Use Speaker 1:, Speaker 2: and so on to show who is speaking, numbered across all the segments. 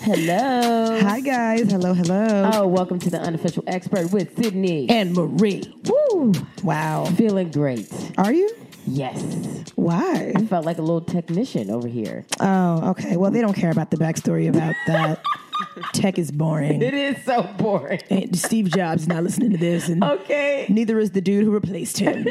Speaker 1: Hello.
Speaker 2: Hi guys. Hello, hello.
Speaker 1: Oh, welcome to the unofficial expert with Sydney.
Speaker 2: And Marie.
Speaker 1: Woo!
Speaker 2: Wow.
Speaker 1: Feeling great.
Speaker 2: Are you?
Speaker 1: Yes.
Speaker 2: Why?
Speaker 1: Felt like a little technician over here.
Speaker 2: Oh, okay. Well, they don't care about the backstory about that. Tech is boring.
Speaker 1: It is so boring.
Speaker 2: And Steve Jobs is not listening to this, and
Speaker 1: Okay.
Speaker 2: neither is the dude who replaced him.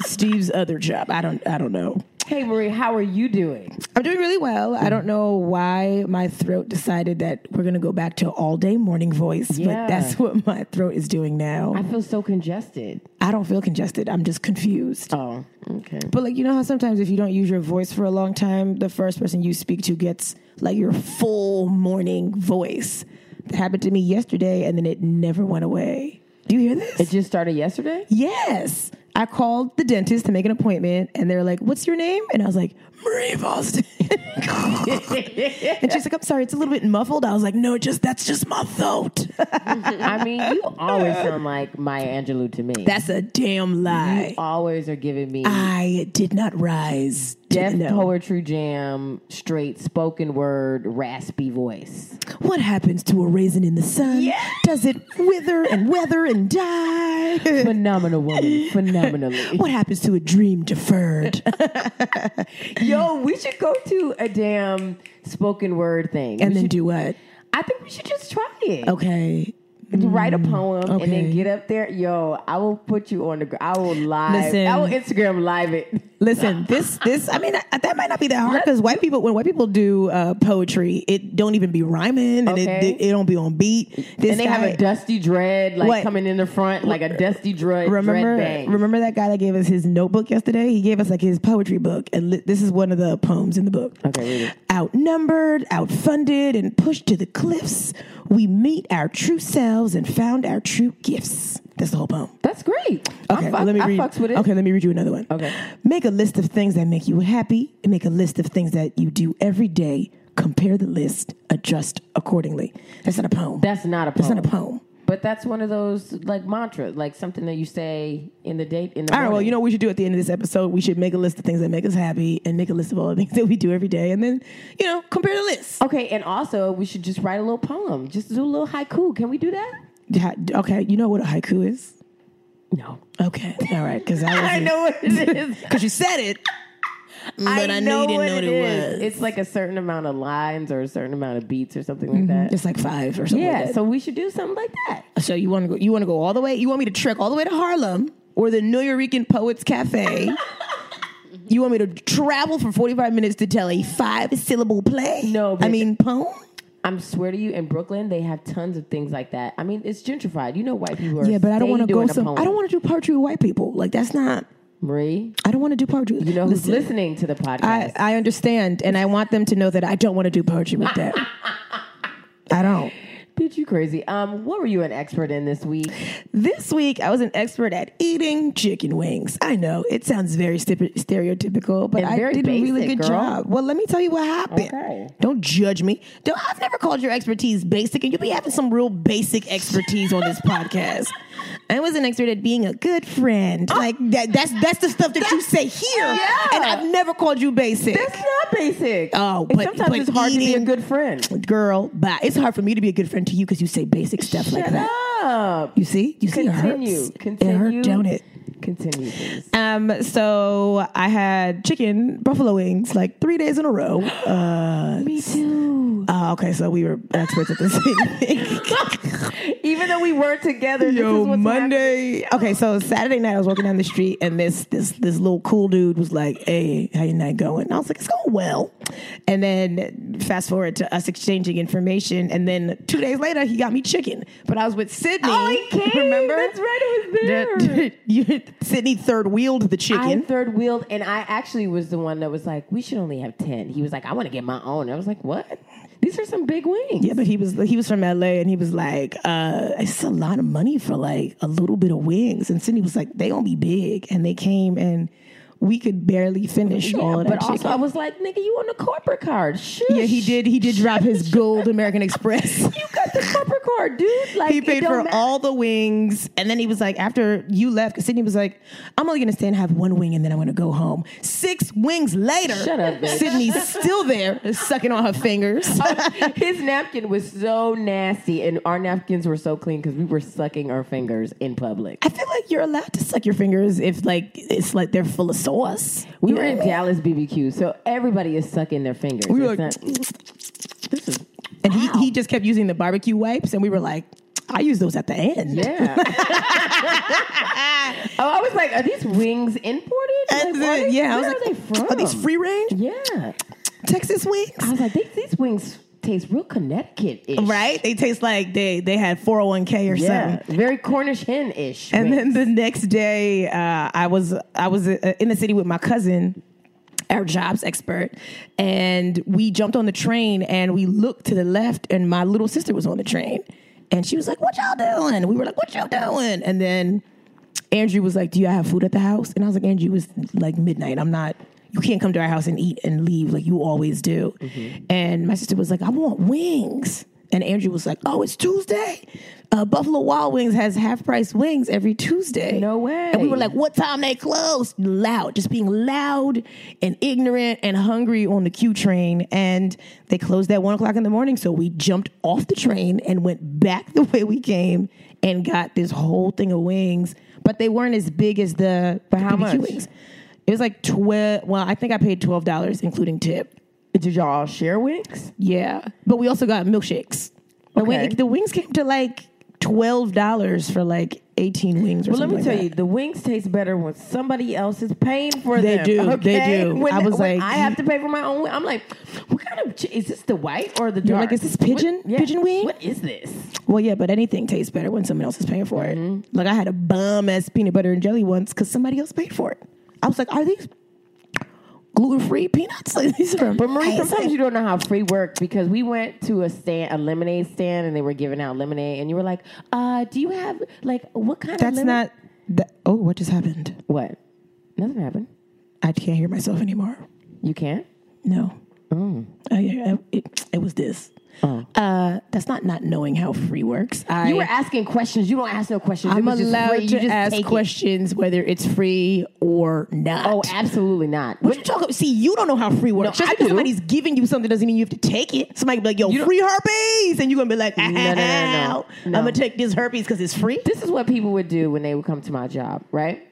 Speaker 2: Steve's other job. I don't. I don't know.
Speaker 1: Hey Marie, how are you doing?
Speaker 2: I'm doing really well. I don't know why my throat decided that we're gonna go back to all day morning voice,
Speaker 1: Yeah.
Speaker 2: but that's what my throat is doing now.
Speaker 1: I feel so congested.
Speaker 2: I don't feel congested. I'm just confused.
Speaker 1: Oh, okay.
Speaker 2: But like you know how sometimes if you don't use your voice for a long time, the first person you speak to gets like your full morning voice. That happened to me yesterday and then it never went away. Do you hear this?
Speaker 1: It just started yesterday?
Speaker 2: yes. I called the dentist to make an appointment and they're like, "What's your name?" And I was like, "Marie Boston." and she's like, "I'm sorry, it's a little bit muffled." I was like, "No, just that's just my throat."
Speaker 1: I mean, you always sound like Maya Angelou to me.
Speaker 2: that's a damn lie.
Speaker 1: always are giving me
Speaker 2: I did not rise.
Speaker 1: deaf
Speaker 2: no.
Speaker 1: poetry jam, straight spoken word, raspy voice.
Speaker 2: What happens to a raisin in the sun?
Speaker 1: Yeah.
Speaker 2: Does it wither and weather and die?
Speaker 1: Phenomenal woman. Phenomenally.
Speaker 2: what happens to a dream deferred?
Speaker 1: Yo, we should go to a damn spoken word thing.
Speaker 2: and
Speaker 1: We
Speaker 2: then
Speaker 1: should-
Speaker 2: do what?
Speaker 1: I think we should just try it.
Speaker 2: Okay.
Speaker 1: Write a poem and then
Speaker 2: okay.
Speaker 1: get up there. Yo, I will put you on the. gr- I will live.
Speaker 2: Listen.
Speaker 1: I will Instagram live it.
Speaker 2: Listen, this this I mean I, that might not be that hard because white people when white people do uh, poetry, it don't even be rhyming and it,
Speaker 1: Okay.
Speaker 2: it don't be on beat. This
Speaker 1: And they have
Speaker 2: guy-
Speaker 1: a dusty dread like
Speaker 2: What?
Speaker 1: coming in the front, like a dusty dread.
Speaker 2: Remember,
Speaker 1: dread bang.
Speaker 2: remember that guy that gave us his notebook yesterday? He gave us like his poetry book, and li- this is one of the poems in the book.
Speaker 1: Okay, read it.
Speaker 2: Outnumbered, outfunded, and pushed to the cliffs, we meet our true selves and found our true gifts. That's the whole poem.
Speaker 1: That's great.
Speaker 2: Okay,
Speaker 1: I, fuck-
Speaker 2: let me
Speaker 1: I
Speaker 2: read.
Speaker 1: fucks with it.
Speaker 2: Okay, let me read you another one.
Speaker 1: Okay.
Speaker 2: Make a list of things that make you happy, and make a list of things that you do every day. Compare the list, adjust accordingly. That's not a poem.
Speaker 1: That's not a poem.
Speaker 2: That's not a poem.
Speaker 1: But that's one of those like mantras, like something that you say in the date in the
Speaker 2: All right, well,
Speaker 1: morning.
Speaker 2: you know what we should do at the end of this episode? We should make a list of things that make us happy and make a list of all the things that we do every day and then, you know, compare the list.
Speaker 1: Okay, and also we should just write a little poem. Just do a little haiku. Can we do that?
Speaker 2: Yeah, Okay, you know what a haiku is?
Speaker 1: No.
Speaker 2: Okay, all right, because I,
Speaker 1: I know what it is.
Speaker 2: Because you said it, but I, know you didn't know what it,
Speaker 1: is.
Speaker 2: was.
Speaker 1: It's like a certain amount of lines or a certain amount of beats or something like that.
Speaker 2: It's like five or something.
Speaker 1: yeah,
Speaker 2: like
Speaker 1: so we should do something like that.
Speaker 2: that. So you want to go? You want to go all the way? You want me to trek all the way to Harlem or the New Yorkian Poets Cafe? you want me to travel for forty-five minutes to tell a five-syllable play?
Speaker 1: No,
Speaker 2: I
Speaker 1: bitch.
Speaker 2: mean poem.
Speaker 1: I'm swear to you, in Brooklyn they have tons of things like that. I mean, it's gentrified. You know, white people. Are
Speaker 2: Yeah, but I don't
Speaker 1: want to
Speaker 2: go some. I don't want to do poetry with white people. Like that's not.
Speaker 1: Marie.
Speaker 2: I don't want to do poetry.
Speaker 1: You know who's listening to the podcast?
Speaker 2: I I understand, and I want them to know that I don't want to do poetry with them. I don't.
Speaker 1: Bitch, you crazy. Um, what were you an expert in this week?
Speaker 2: This week, I was an expert at eating chicken wings. I know it sounds very sti- stereotypical, but
Speaker 1: And
Speaker 2: I
Speaker 1: very
Speaker 2: did a really
Speaker 1: basic, girl.
Speaker 2: good job. Well, let me tell you what happened.
Speaker 1: Okay.
Speaker 2: Don't judge me. Don't, I've never called your expertise basic, and you'll be having some real basic expertise on this podcast. I was an expert at being a good friend. Like that, that's that's the stuff that you say here,
Speaker 1: Ah. Yeah.
Speaker 2: and I've never called you basic.
Speaker 1: That's not basic.
Speaker 2: Oh,
Speaker 1: And
Speaker 2: but-
Speaker 1: sometimes
Speaker 2: but
Speaker 1: it's hard to be a
Speaker 2: eating-
Speaker 1: good friend.
Speaker 2: Girl, but it's hard for me to be a good friend to you because you say basic stuff like
Speaker 1: Shut
Speaker 2: that.
Speaker 1: up.
Speaker 2: You see, you see, it
Speaker 1: Continue.
Speaker 2: hurts.
Speaker 1: Continue.
Speaker 2: It hurt, don't it?
Speaker 1: Continue, please.
Speaker 2: Um, so I had chicken buffalo wings like three days in a row. Uh,
Speaker 1: Me too.
Speaker 2: uh, okay, so we were experts at the same thing.
Speaker 1: Even though we weren't together, this is
Speaker 2: Yo,
Speaker 1: what's
Speaker 2: Monday. Okay, so Saturday night I was walking down the street and this this this little cool dude was like, "Hey, how your night going?" And I was like, "It's going well." And then fast forward to us exchanging information, and then two days later he got me chicken, but I was with Sydney.
Speaker 1: Oh, he came.
Speaker 2: Remember?
Speaker 1: That's right. It was there.
Speaker 2: That- you- Sydney third wheeled
Speaker 1: I
Speaker 2: the chicken.
Speaker 1: third wheeled, and I actually was the one that was like, "We should only have 10. He was like, "I want to get my own." I was like, "What? These are some big wings."
Speaker 2: Yeah, but he was he was from LA and he was like, uh, it's a lot of money for like a little bit of wings. And Sydney was like, they gonna be big. And they came and we could barely finish all of that.
Speaker 1: but also
Speaker 2: chicken.
Speaker 1: I was like, "Nigga, you on the corporate card?" Shush.
Speaker 2: yeah, he did he did drop his gold American Express.
Speaker 1: You got the peppercorn, dude? Like
Speaker 2: he
Speaker 1: it
Speaker 2: paid
Speaker 1: don't
Speaker 2: for
Speaker 1: matter.
Speaker 2: all the wings. And then he was like, after you left, 'cause Sydney was like, I'm only gonna stay and have one wing and then I'm gonna go home. Six wings later,
Speaker 1: Shut up, bitch.
Speaker 2: Sydney's still there, sucking on her fingers.
Speaker 1: His napkin was so nasty, and our napkins were so clean because we were sucking our fingers in public.
Speaker 2: I feel like you're allowed to suck your fingers if like it's like they're full of sauce.
Speaker 1: We were in Dallas BBQ, so everybody is sucking their fingers.
Speaker 2: We were
Speaker 1: It's
Speaker 2: like,
Speaker 1: not- this is
Speaker 2: and he,
Speaker 1: Wow.
Speaker 2: he just kept using the barbecue wipes, and we were like, I use those at the end.
Speaker 1: yeah. oh, I was like, are these wings imported?
Speaker 2: And
Speaker 1: Like, are
Speaker 2: then-
Speaker 1: they-
Speaker 2: yeah, I
Speaker 1: where
Speaker 2: was
Speaker 1: are
Speaker 2: like,
Speaker 1: they from?
Speaker 2: are these free range
Speaker 1: Yeah,
Speaker 2: Texas wings?
Speaker 1: I was like, these, these wings taste real Connecticut ish,
Speaker 2: Right? They taste like they they had 401k or
Speaker 1: Yeah,
Speaker 2: something.
Speaker 1: very Cornish hen ish.
Speaker 2: And then the next day, uh, I was I was uh, in the city with my cousin, our jobs expert, and we jumped on the train and we looked to the left, and my little sister was on the train, and she was like, "What y'all doing?" We were like, "What y'all doing?" And then Andrew was like, "Do you have food at the house?" And I was like, "Andrew, it was like midnight. I'm not. You can't come to our house and eat and leave like you always do."
Speaker 1: Mm-hmm.
Speaker 2: And my sister was like, "I want wings." And Andrew was like, "Oh, it's Tuesday. Uh, Buffalo Wild Wings has half price wings every Tuesday."
Speaker 1: No way.
Speaker 2: And we were like, "What time they close?" Loud, just being loud and ignorant and hungry on the Q train. And they closed at one o'clock in the morning, so we jumped off the train and went back the way we came and got this whole thing of wings but they weren't as big as the, the
Speaker 1: how
Speaker 2: BBQ
Speaker 1: much?
Speaker 2: wings. It was like twelve. Well, I think I paid twelve dollars including tip.
Speaker 1: did y'all share wings?
Speaker 2: Yeah, but we also got milkshakes. The, wing-
Speaker 1: Okay.
Speaker 2: the wings came to like twelve dollars for like eighteen wings. Or
Speaker 1: Well, let me
Speaker 2: something
Speaker 1: tell
Speaker 2: like
Speaker 1: you, the wings taste better when somebody else is paying for
Speaker 2: They
Speaker 1: them.
Speaker 2: do, they do.
Speaker 1: When,
Speaker 2: I was
Speaker 1: when
Speaker 2: like-
Speaker 1: I have to pay for my own. wing, I'm like, what kind of ch- is this? The white or the dark?
Speaker 2: You're like, is this pigeon?
Speaker 1: What- yeah.
Speaker 2: Pigeon wing?
Speaker 1: What is this?
Speaker 2: that. Well, yeah, but anything tastes better when someone else is paying for it.
Speaker 1: Mm-hmm.
Speaker 2: Like I had a bum ass peanut butter and jelly once because somebody else paid for it. I was like, are these gluten free peanuts? Like, these are
Speaker 1: But Marie,
Speaker 2: amazing.
Speaker 1: sometimes you don't know how free work because we went to a stand, a lemonade stand, and they were giving out lemonade, and you were like, uh, do you have like what kind
Speaker 2: that's
Speaker 1: of lemonade?
Speaker 2: not. That, oh, what just happened?
Speaker 1: what? Nothing happened.
Speaker 2: I can't hear myself anymore.
Speaker 1: You can't.
Speaker 2: No. Oh, yeah, it, it was this. Uh, that's not not knowing how free works. I,
Speaker 1: Oh. You were asking questions. You don't ask no questions. It
Speaker 2: I'm
Speaker 1: was just free.
Speaker 2: allowed
Speaker 1: You
Speaker 2: to
Speaker 1: just
Speaker 2: ask
Speaker 1: take it.
Speaker 2: questions whether it's free or not.
Speaker 1: Oh, absolutely not.
Speaker 2: what you talking? See, you don't know how free works.
Speaker 1: No,
Speaker 2: Just
Speaker 1: I
Speaker 2: because
Speaker 1: do.
Speaker 2: somebody's giving you something doesn't mean you have to take it. Somebody be like, "Yo, free herpes," and you're gonna be like, "Ow,
Speaker 1: no, no, no. No.
Speaker 2: I'm gonna take this herpes because it's free."
Speaker 1: this is what people would do when they would come to my job, right?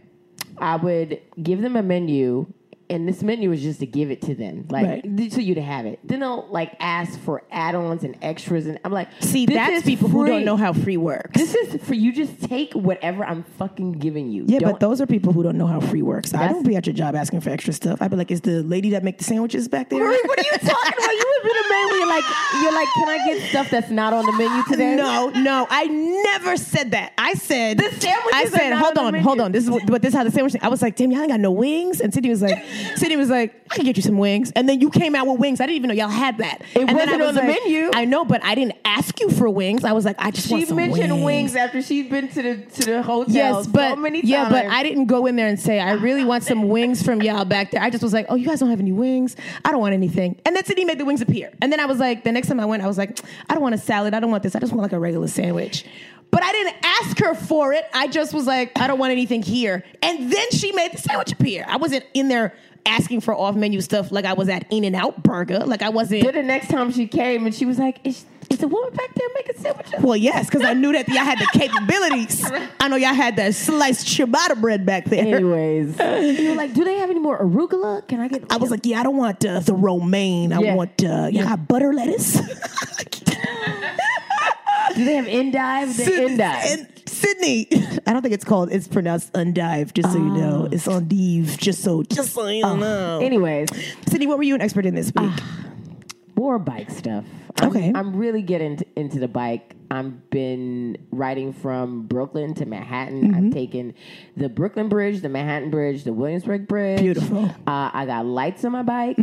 Speaker 1: I would give them a menu, and this menu is just to give it to them, like
Speaker 2: Right.
Speaker 1: th- so you to have it. Then they'll like ask for add-ons and extras, and I'm like,
Speaker 2: See,
Speaker 1: this
Speaker 2: that's
Speaker 1: is
Speaker 2: people who
Speaker 1: free.
Speaker 2: don't know how free works.
Speaker 1: This is for you. Just take whatever I'm fucking giving you.
Speaker 2: Yeah,
Speaker 1: Don't-
Speaker 2: but those are people who don't know how free works. I
Speaker 1: That's-
Speaker 2: don't be at your job asking for extra stuff. I'd be like, is the lady that make the sandwiches back there?
Speaker 1: Marie, what are you talking about? You would be the man where you're like, you're like, can I get stuff that's not on the menu today?
Speaker 2: No, no, I never said that. I said
Speaker 1: The sandwiches
Speaker 2: I
Speaker 1: are
Speaker 2: said,
Speaker 1: not
Speaker 2: hold
Speaker 1: on the
Speaker 2: on,
Speaker 1: menu."
Speaker 2: hold on. This is what, but this is how the sandwich. Thing. I was like, damn, y'all ain't got no wings. And Sydney was like, Sydney was like, I can get you some wings. And then you came out with wings. I didn't even know y'all had that.
Speaker 1: It
Speaker 2: and then
Speaker 1: wasn't
Speaker 2: I was
Speaker 1: on the
Speaker 2: like,
Speaker 1: menu.
Speaker 2: I know, but I didn't ask you for wings. I was like, I just
Speaker 1: She
Speaker 2: want some
Speaker 1: mentioned wings. after she'd been to the to the hotel.
Speaker 2: Yes, but
Speaker 1: so many
Speaker 2: yeah, but
Speaker 1: times.
Speaker 2: I didn't go in there and say I really want some wings from y'all back there. I just was like, oh, you guys don't have any wings. I don't want anything. And then Sydney made the wings appear. And then I was like, the next time I went, I was like, I don't want a salad. I don't want this. I just want like a regular sandwich. But I didn't ask her for it. I just was like, I don't want anything here. And then she made the sandwich appear. I wasn't in there asking for off menu stuff like I was at In and Out Burger. Like I wasn't.
Speaker 1: Then the next time she came and she was like, "Is, is the woman back there making sandwiches?"
Speaker 2: Well, yes, because I knew that y'all had the capabilities. I know y'all had that sliced ciabatta bread back there.
Speaker 1: Anyways, you were like, "Do they have any more arugula? Can I get?"
Speaker 2: I was like, yeah, I don't want uh, the romaine. I
Speaker 1: Yeah.
Speaker 2: want uh, you got butter lettuce.
Speaker 1: "Do they have endive?" The endive.
Speaker 2: And Sydney, I don't think it's called. It's pronounced undive. Just so you know, it's undive. Just so, Oh. just so you know. Ah.
Speaker 1: Anyways,
Speaker 2: Sydney, what were you an expert in this week?
Speaker 1: more bike stuff. I'm,
Speaker 2: Okay.
Speaker 1: I'm really getting t- into the bike. I've been riding from Brooklyn to Manhattan.
Speaker 2: Mm-hmm.
Speaker 1: I've taken the Brooklyn Bridge, the Manhattan Bridge, the Williamsburg Bridge.
Speaker 2: Beautiful. Mm-hmm.
Speaker 1: Uh, I got lights on my bike.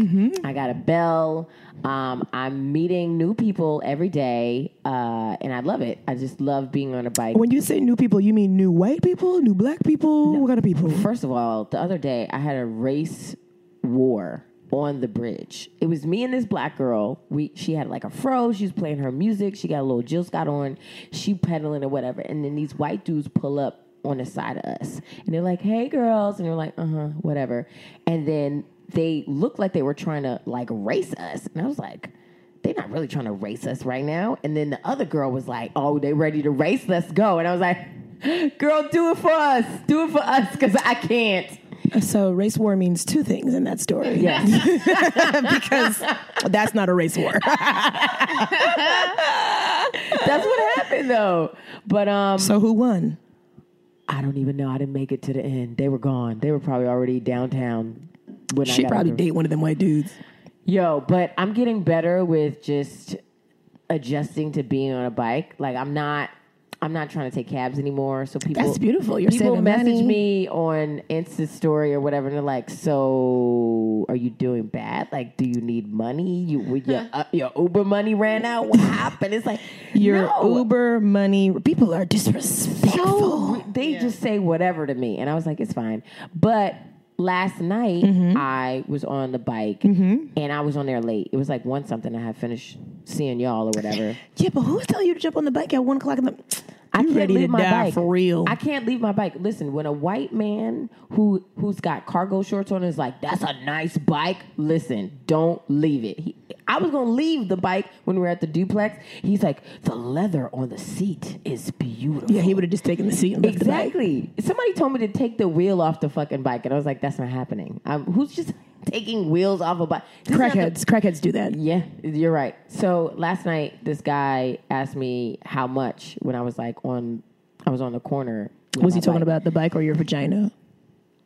Speaker 1: I got a bell. Um, I'm meeting new people every day, uh, and I love it. I just love being on a bike.
Speaker 2: when you say new people, you mean new white people, new black people? What kind of people?
Speaker 1: First of all, the other day I had a race war on the bridge. It was me and this black girl. We she had like a fro. She was playing her music. She got a little Jill Scott on. She pedaling or whatever. And then these white dudes pull up on the side of us, and they're like, "Hey, girls," and we're like, "Uh huh, whatever." And then they looked like they were trying to like race us, and I was like. They're not really trying to race us right now. And then the other girl was like, "Oh, they ready to race? Let's go!" And I was like, "Girl, do it for us. Do it for us, because I can't."
Speaker 2: So race war means two things in that story.
Speaker 1: Yes.
Speaker 2: because that's not a race war.
Speaker 1: That's what happened though. But um
Speaker 2: So who won?
Speaker 1: I don't even know. I didn't make it to the end. They were gone. They were probably already downtown when I
Speaker 2: She
Speaker 1: got
Speaker 2: probably
Speaker 1: out
Speaker 2: date one of them white dudes.
Speaker 1: there. Yo, but I'm getting better with just adjusting to being on a bike. Like I'm not I'm not trying to take cabs anymore. So people
Speaker 2: That's beautiful. You're
Speaker 1: people
Speaker 2: saving
Speaker 1: message
Speaker 2: money.
Speaker 1: me on Insta story or whatever, and they're like, "So are you doing bad? Like, do you need money? You with your uh, your Uber money ran out? What happened?" It's like
Speaker 2: Your
Speaker 1: no.
Speaker 2: Uber money. People are disrespectful.
Speaker 1: so they just say whatever to me and i was like it's fine but last night
Speaker 2: Mm-hmm.
Speaker 1: i was on the bike and i was on there late it was like one something i had finished seeing y'all or whatever
Speaker 2: Yeah, but who's telling you to jump on the bike at one o'clock in the?
Speaker 1: i
Speaker 2: You
Speaker 1: can't
Speaker 2: ready
Speaker 1: leave
Speaker 2: to
Speaker 1: my
Speaker 2: die
Speaker 1: bike
Speaker 2: for real?
Speaker 1: i can't leave my bike listen when a white man who who's got cargo shorts on is like that's a nice bike listen don't leave it he, I was gonna leave the bike when we were at the duplex. He's like, the leather on the seat is beautiful.
Speaker 2: yeah, he would have just taken the seat and left the bike.
Speaker 1: Exactly. Somebody told me to take the wheel off the fucking bike, and I was like, "That's not happening." Um, who's just taking wheels off a bike? This is not the-
Speaker 2: Crackheads, crackheads do that.
Speaker 1: yeah, you're right. So last night, this guy asked me how much when I was like on, I was on the corner. with
Speaker 2: Was he
Speaker 1: my
Speaker 2: talking
Speaker 1: bike.
Speaker 2: about the bike or your vagina?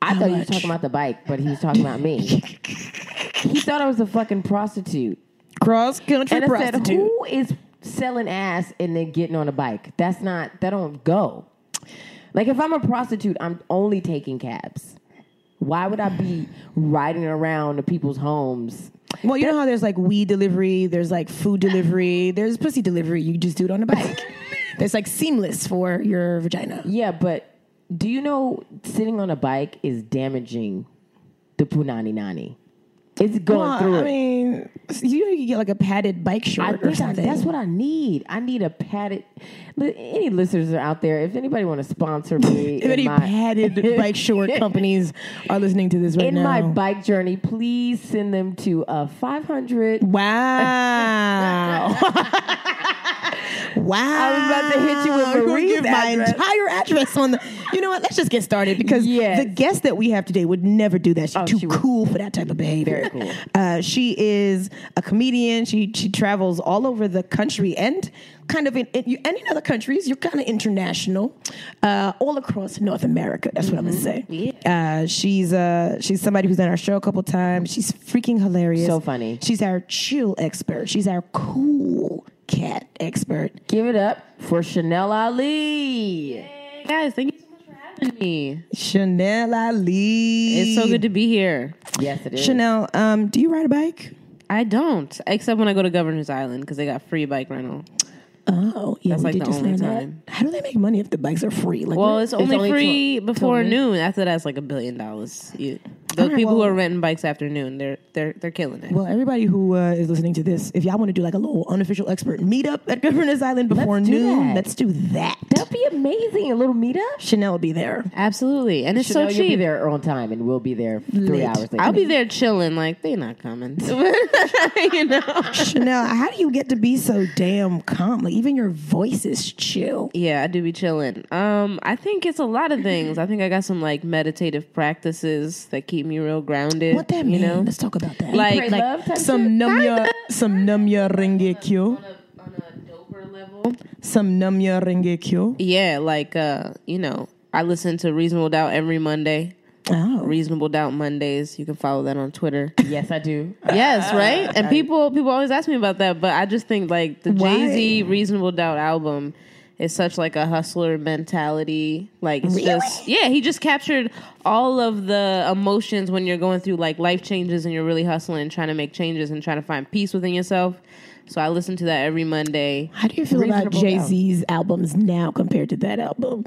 Speaker 1: I thought he was
Speaker 2: much?
Speaker 1: talking about the bike, but he was talking about me. he thought I was a fucking prostitute,
Speaker 2: Cross country
Speaker 1: and I
Speaker 2: prostitute.
Speaker 1: said, "Who is selling ass and then getting on a bike? That's not. That don't go. Like if I'm a prostitute, I'm only taking cabs." Why would I be riding around to people's homes?
Speaker 2: well, you know how there's like weed delivery, there's like food delivery, there's pussy delivery. You just do it on a bike. That's like seamless for your vagina.
Speaker 1: Yeah, but do you know sitting on a bike is damaging the punani nani? It's going through
Speaker 2: I
Speaker 1: it.
Speaker 2: mean, you know, you get like a padded bike short
Speaker 1: I
Speaker 2: or
Speaker 1: think I,
Speaker 2: something.
Speaker 1: that's what I need. I need a padded. li- Any listeners are out there? If anybody want to sponsor me,
Speaker 2: if
Speaker 1: in
Speaker 2: any
Speaker 1: my,
Speaker 2: padded bike short companies are listening to this right
Speaker 1: in
Speaker 2: now,
Speaker 1: my bike journey, please send them to uh, 500.
Speaker 2: Wow.
Speaker 1: was
Speaker 2: wow. I
Speaker 1: about to hit you with Marie's
Speaker 2: give my
Speaker 1: address.
Speaker 2: entire address on the. You know what? Let's just get started because
Speaker 1: Yes. Oh,
Speaker 2: the guest that we have today would never do that. She's too
Speaker 1: she would-
Speaker 2: cool for that type of
Speaker 1: Very
Speaker 2: behavior.
Speaker 1: cool.
Speaker 2: Uh, she is a comedian. She she travels all over the country and kind of in, in you- and in other countries. You're kind of international, uh, all across North America. That's what I'm gonna say.
Speaker 1: Mm-hmm.
Speaker 2: Uh, she's uh, she's somebody who's on our show a couple times. She's freaking hilarious.
Speaker 1: So funny.
Speaker 2: She's our chill expert. She's our cool cat expert.
Speaker 1: Give it up for Chanel Ali.
Speaker 3: Hey, guys, thank you so much for having me.
Speaker 2: Chanel Ali.
Speaker 3: It's so good to be here.
Speaker 1: Yes, it is.
Speaker 2: Chanel, um, do you ride a bike?
Speaker 3: I don't, except when I go to Governor's Island because they got free bike rental.
Speaker 2: Oh, yeah,
Speaker 3: That's
Speaker 2: we
Speaker 3: like
Speaker 2: did
Speaker 3: the
Speaker 2: just
Speaker 3: only
Speaker 2: learn that.
Speaker 3: time.
Speaker 2: How do they make money if the bikes are free? Like,
Speaker 3: Well,
Speaker 2: what-
Speaker 3: it's only,
Speaker 1: only
Speaker 3: free
Speaker 1: till-
Speaker 3: before
Speaker 1: till
Speaker 3: noon. After that, it's like a billion dollars. You- The
Speaker 2: right,
Speaker 3: people who
Speaker 2: well-
Speaker 3: are renting bikes after noon, they're they're they're killing it.
Speaker 2: Well, everybody who uh, is listening to this, if y'all want to do like a little unofficial expert meetup at Governor's Island before
Speaker 1: Let's do
Speaker 2: noon,
Speaker 1: that.
Speaker 2: let's do that.
Speaker 1: That'd be amazing. A little meetup.
Speaker 2: Chanel will be there.
Speaker 3: Absolutely, and it's
Speaker 1: Chanel,
Speaker 3: so
Speaker 1: You'll be
Speaker 3: cheap.
Speaker 1: there on time, and we'll be there three
Speaker 2: Late.
Speaker 1: hours later.
Speaker 3: I'll be there chilling, like they not coming. you know.
Speaker 2: Chanel, how do you get to be so damn calm? Like, even your voice is chill.
Speaker 3: Yeah, I do be chilling. Um, I think it's a lot of things. I think I got some like meditative practices that keep me real grounded.
Speaker 2: What that
Speaker 3: you
Speaker 2: mean?
Speaker 3: know,
Speaker 2: Let's talk about that.
Speaker 3: like
Speaker 1: Pray,
Speaker 3: like
Speaker 1: love type shit?
Speaker 2: some numya, some numya renge kyo,
Speaker 3: on a doper level.
Speaker 2: some numya renge kyo.
Speaker 3: Yeah, like uh, you know, I listen to Reasonable Doubt every Monday.
Speaker 2: Oh,
Speaker 3: Reasonable Doubt Mondays. You can follow that on Twitter.
Speaker 1: Yes, I do.
Speaker 3: yes, right? And people people always ask me about that, but I just think like the
Speaker 2: Why?
Speaker 3: Jay-Z Reasonable Doubt album is such like a hustler mentality. Like it's just yeah, he just captured all of the emotions when you're going through like life changes and you're really hustling and trying to make changes and trying to find peace within yourself. So I listen to that every Monday.
Speaker 2: how do you feel about
Speaker 1: Reasonable
Speaker 2: Jay Z's albums now compared to that album?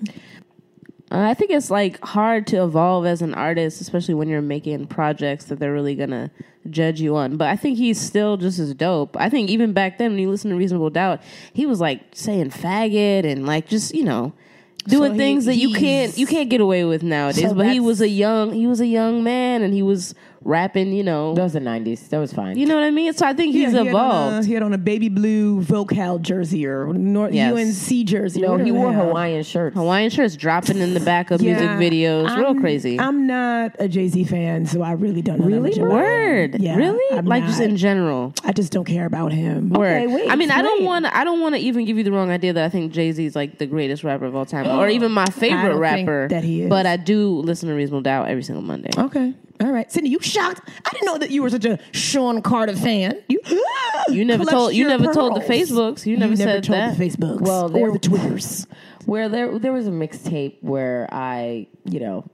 Speaker 3: Uh, I think it's like hard to evolve as an artist, especially when you're making projects that they're really gonna judge you on. But I think he's still just as dope. I think even back then, when you listen to Reasonable Doubt, he was like saying faggot and like just you know doing
Speaker 2: he-
Speaker 3: things that you
Speaker 2: he's-
Speaker 3: can't you can't get away with nowadays.
Speaker 2: So
Speaker 3: but he
Speaker 2: that's-
Speaker 3: was a young he was a young man and he was rapping. You know,
Speaker 1: That was the '90s. That was fine.
Speaker 3: you know what I mean. So I think he's
Speaker 2: Yeah, he had on
Speaker 3: evolved.
Speaker 2: a- he had on a baby blue vocal jersey or North
Speaker 3: Yes.
Speaker 2: UNC jersey.
Speaker 1: no,
Speaker 2: whatever
Speaker 1: he
Speaker 2: the
Speaker 1: wore
Speaker 2: hell.
Speaker 1: Hawaiian shirts.
Speaker 3: Hawaiian shirts dropping in the back of
Speaker 2: Yeah.
Speaker 3: music videos. Real
Speaker 2: I'm-
Speaker 3: crazy.
Speaker 2: I'm not a Jay Z fan, so I really don't know that
Speaker 1: Really?
Speaker 2: much about
Speaker 3: Word.
Speaker 2: him. Yeah,
Speaker 3: really?
Speaker 2: I'm
Speaker 3: like just
Speaker 2: not.
Speaker 3: in general.
Speaker 2: I just don't care about him.
Speaker 3: Word.
Speaker 1: Okay, wait,
Speaker 3: I mean, I don't
Speaker 1: explain.
Speaker 3: want to. I don't want to even give you the wrong idea that I think Jay Z is like the greatest rapper of all time,
Speaker 1: Oh,
Speaker 3: or even my
Speaker 2: I
Speaker 3: favorite
Speaker 2: don't think
Speaker 3: rapper.
Speaker 2: that he is.
Speaker 3: But I do listen to Reasonable Doubt every single Monday.
Speaker 1: Oh,
Speaker 2: Okay. All right, Cindy, you shocked? I didn't know that you were such a Sean Carter fan. You,
Speaker 3: You never
Speaker 2: Clutch
Speaker 3: told. You
Speaker 2: your
Speaker 3: never told the
Speaker 2: pearls.
Speaker 3: Facebooks. You never
Speaker 2: you
Speaker 3: said
Speaker 2: never told
Speaker 3: that.
Speaker 2: the Facebooks
Speaker 1: Well,
Speaker 2: or
Speaker 1: there-
Speaker 2: the Twitters.
Speaker 1: where there there was a mixtape where I, you know,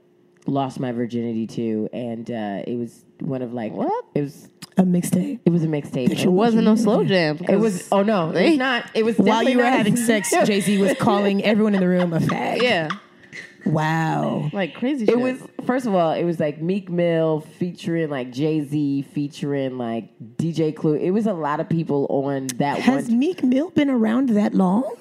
Speaker 1: lost my virginity to, and uh, it was one of like
Speaker 3: What?
Speaker 1: It was
Speaker 2: A mixtape.
Speaker 1: it was a mixtape.
Speaker 3: it wasn't no slow jam.
Speaker 1: It was oh no, it was not. It was
Speaker 2: While
Speaker 1: definitely
Speaker 2: you were
Speaker 1: not-
Speaker 2: having sex, Jay Z was calling everyone in the room a fag.
Speaker 3: yeah,
Speaker 2: Wow.
Speaker 3: like crazy.
Speaker 1: It
Speaker 3: shit.
Speaker 1: was first of all, it was like Meek Mill featuring like Jay Z featuring like DJ Clue. It was a lot of people on that
Speaker 2: Has
Speaker 1: one.
Speaker 2: Meek Mill been around that long?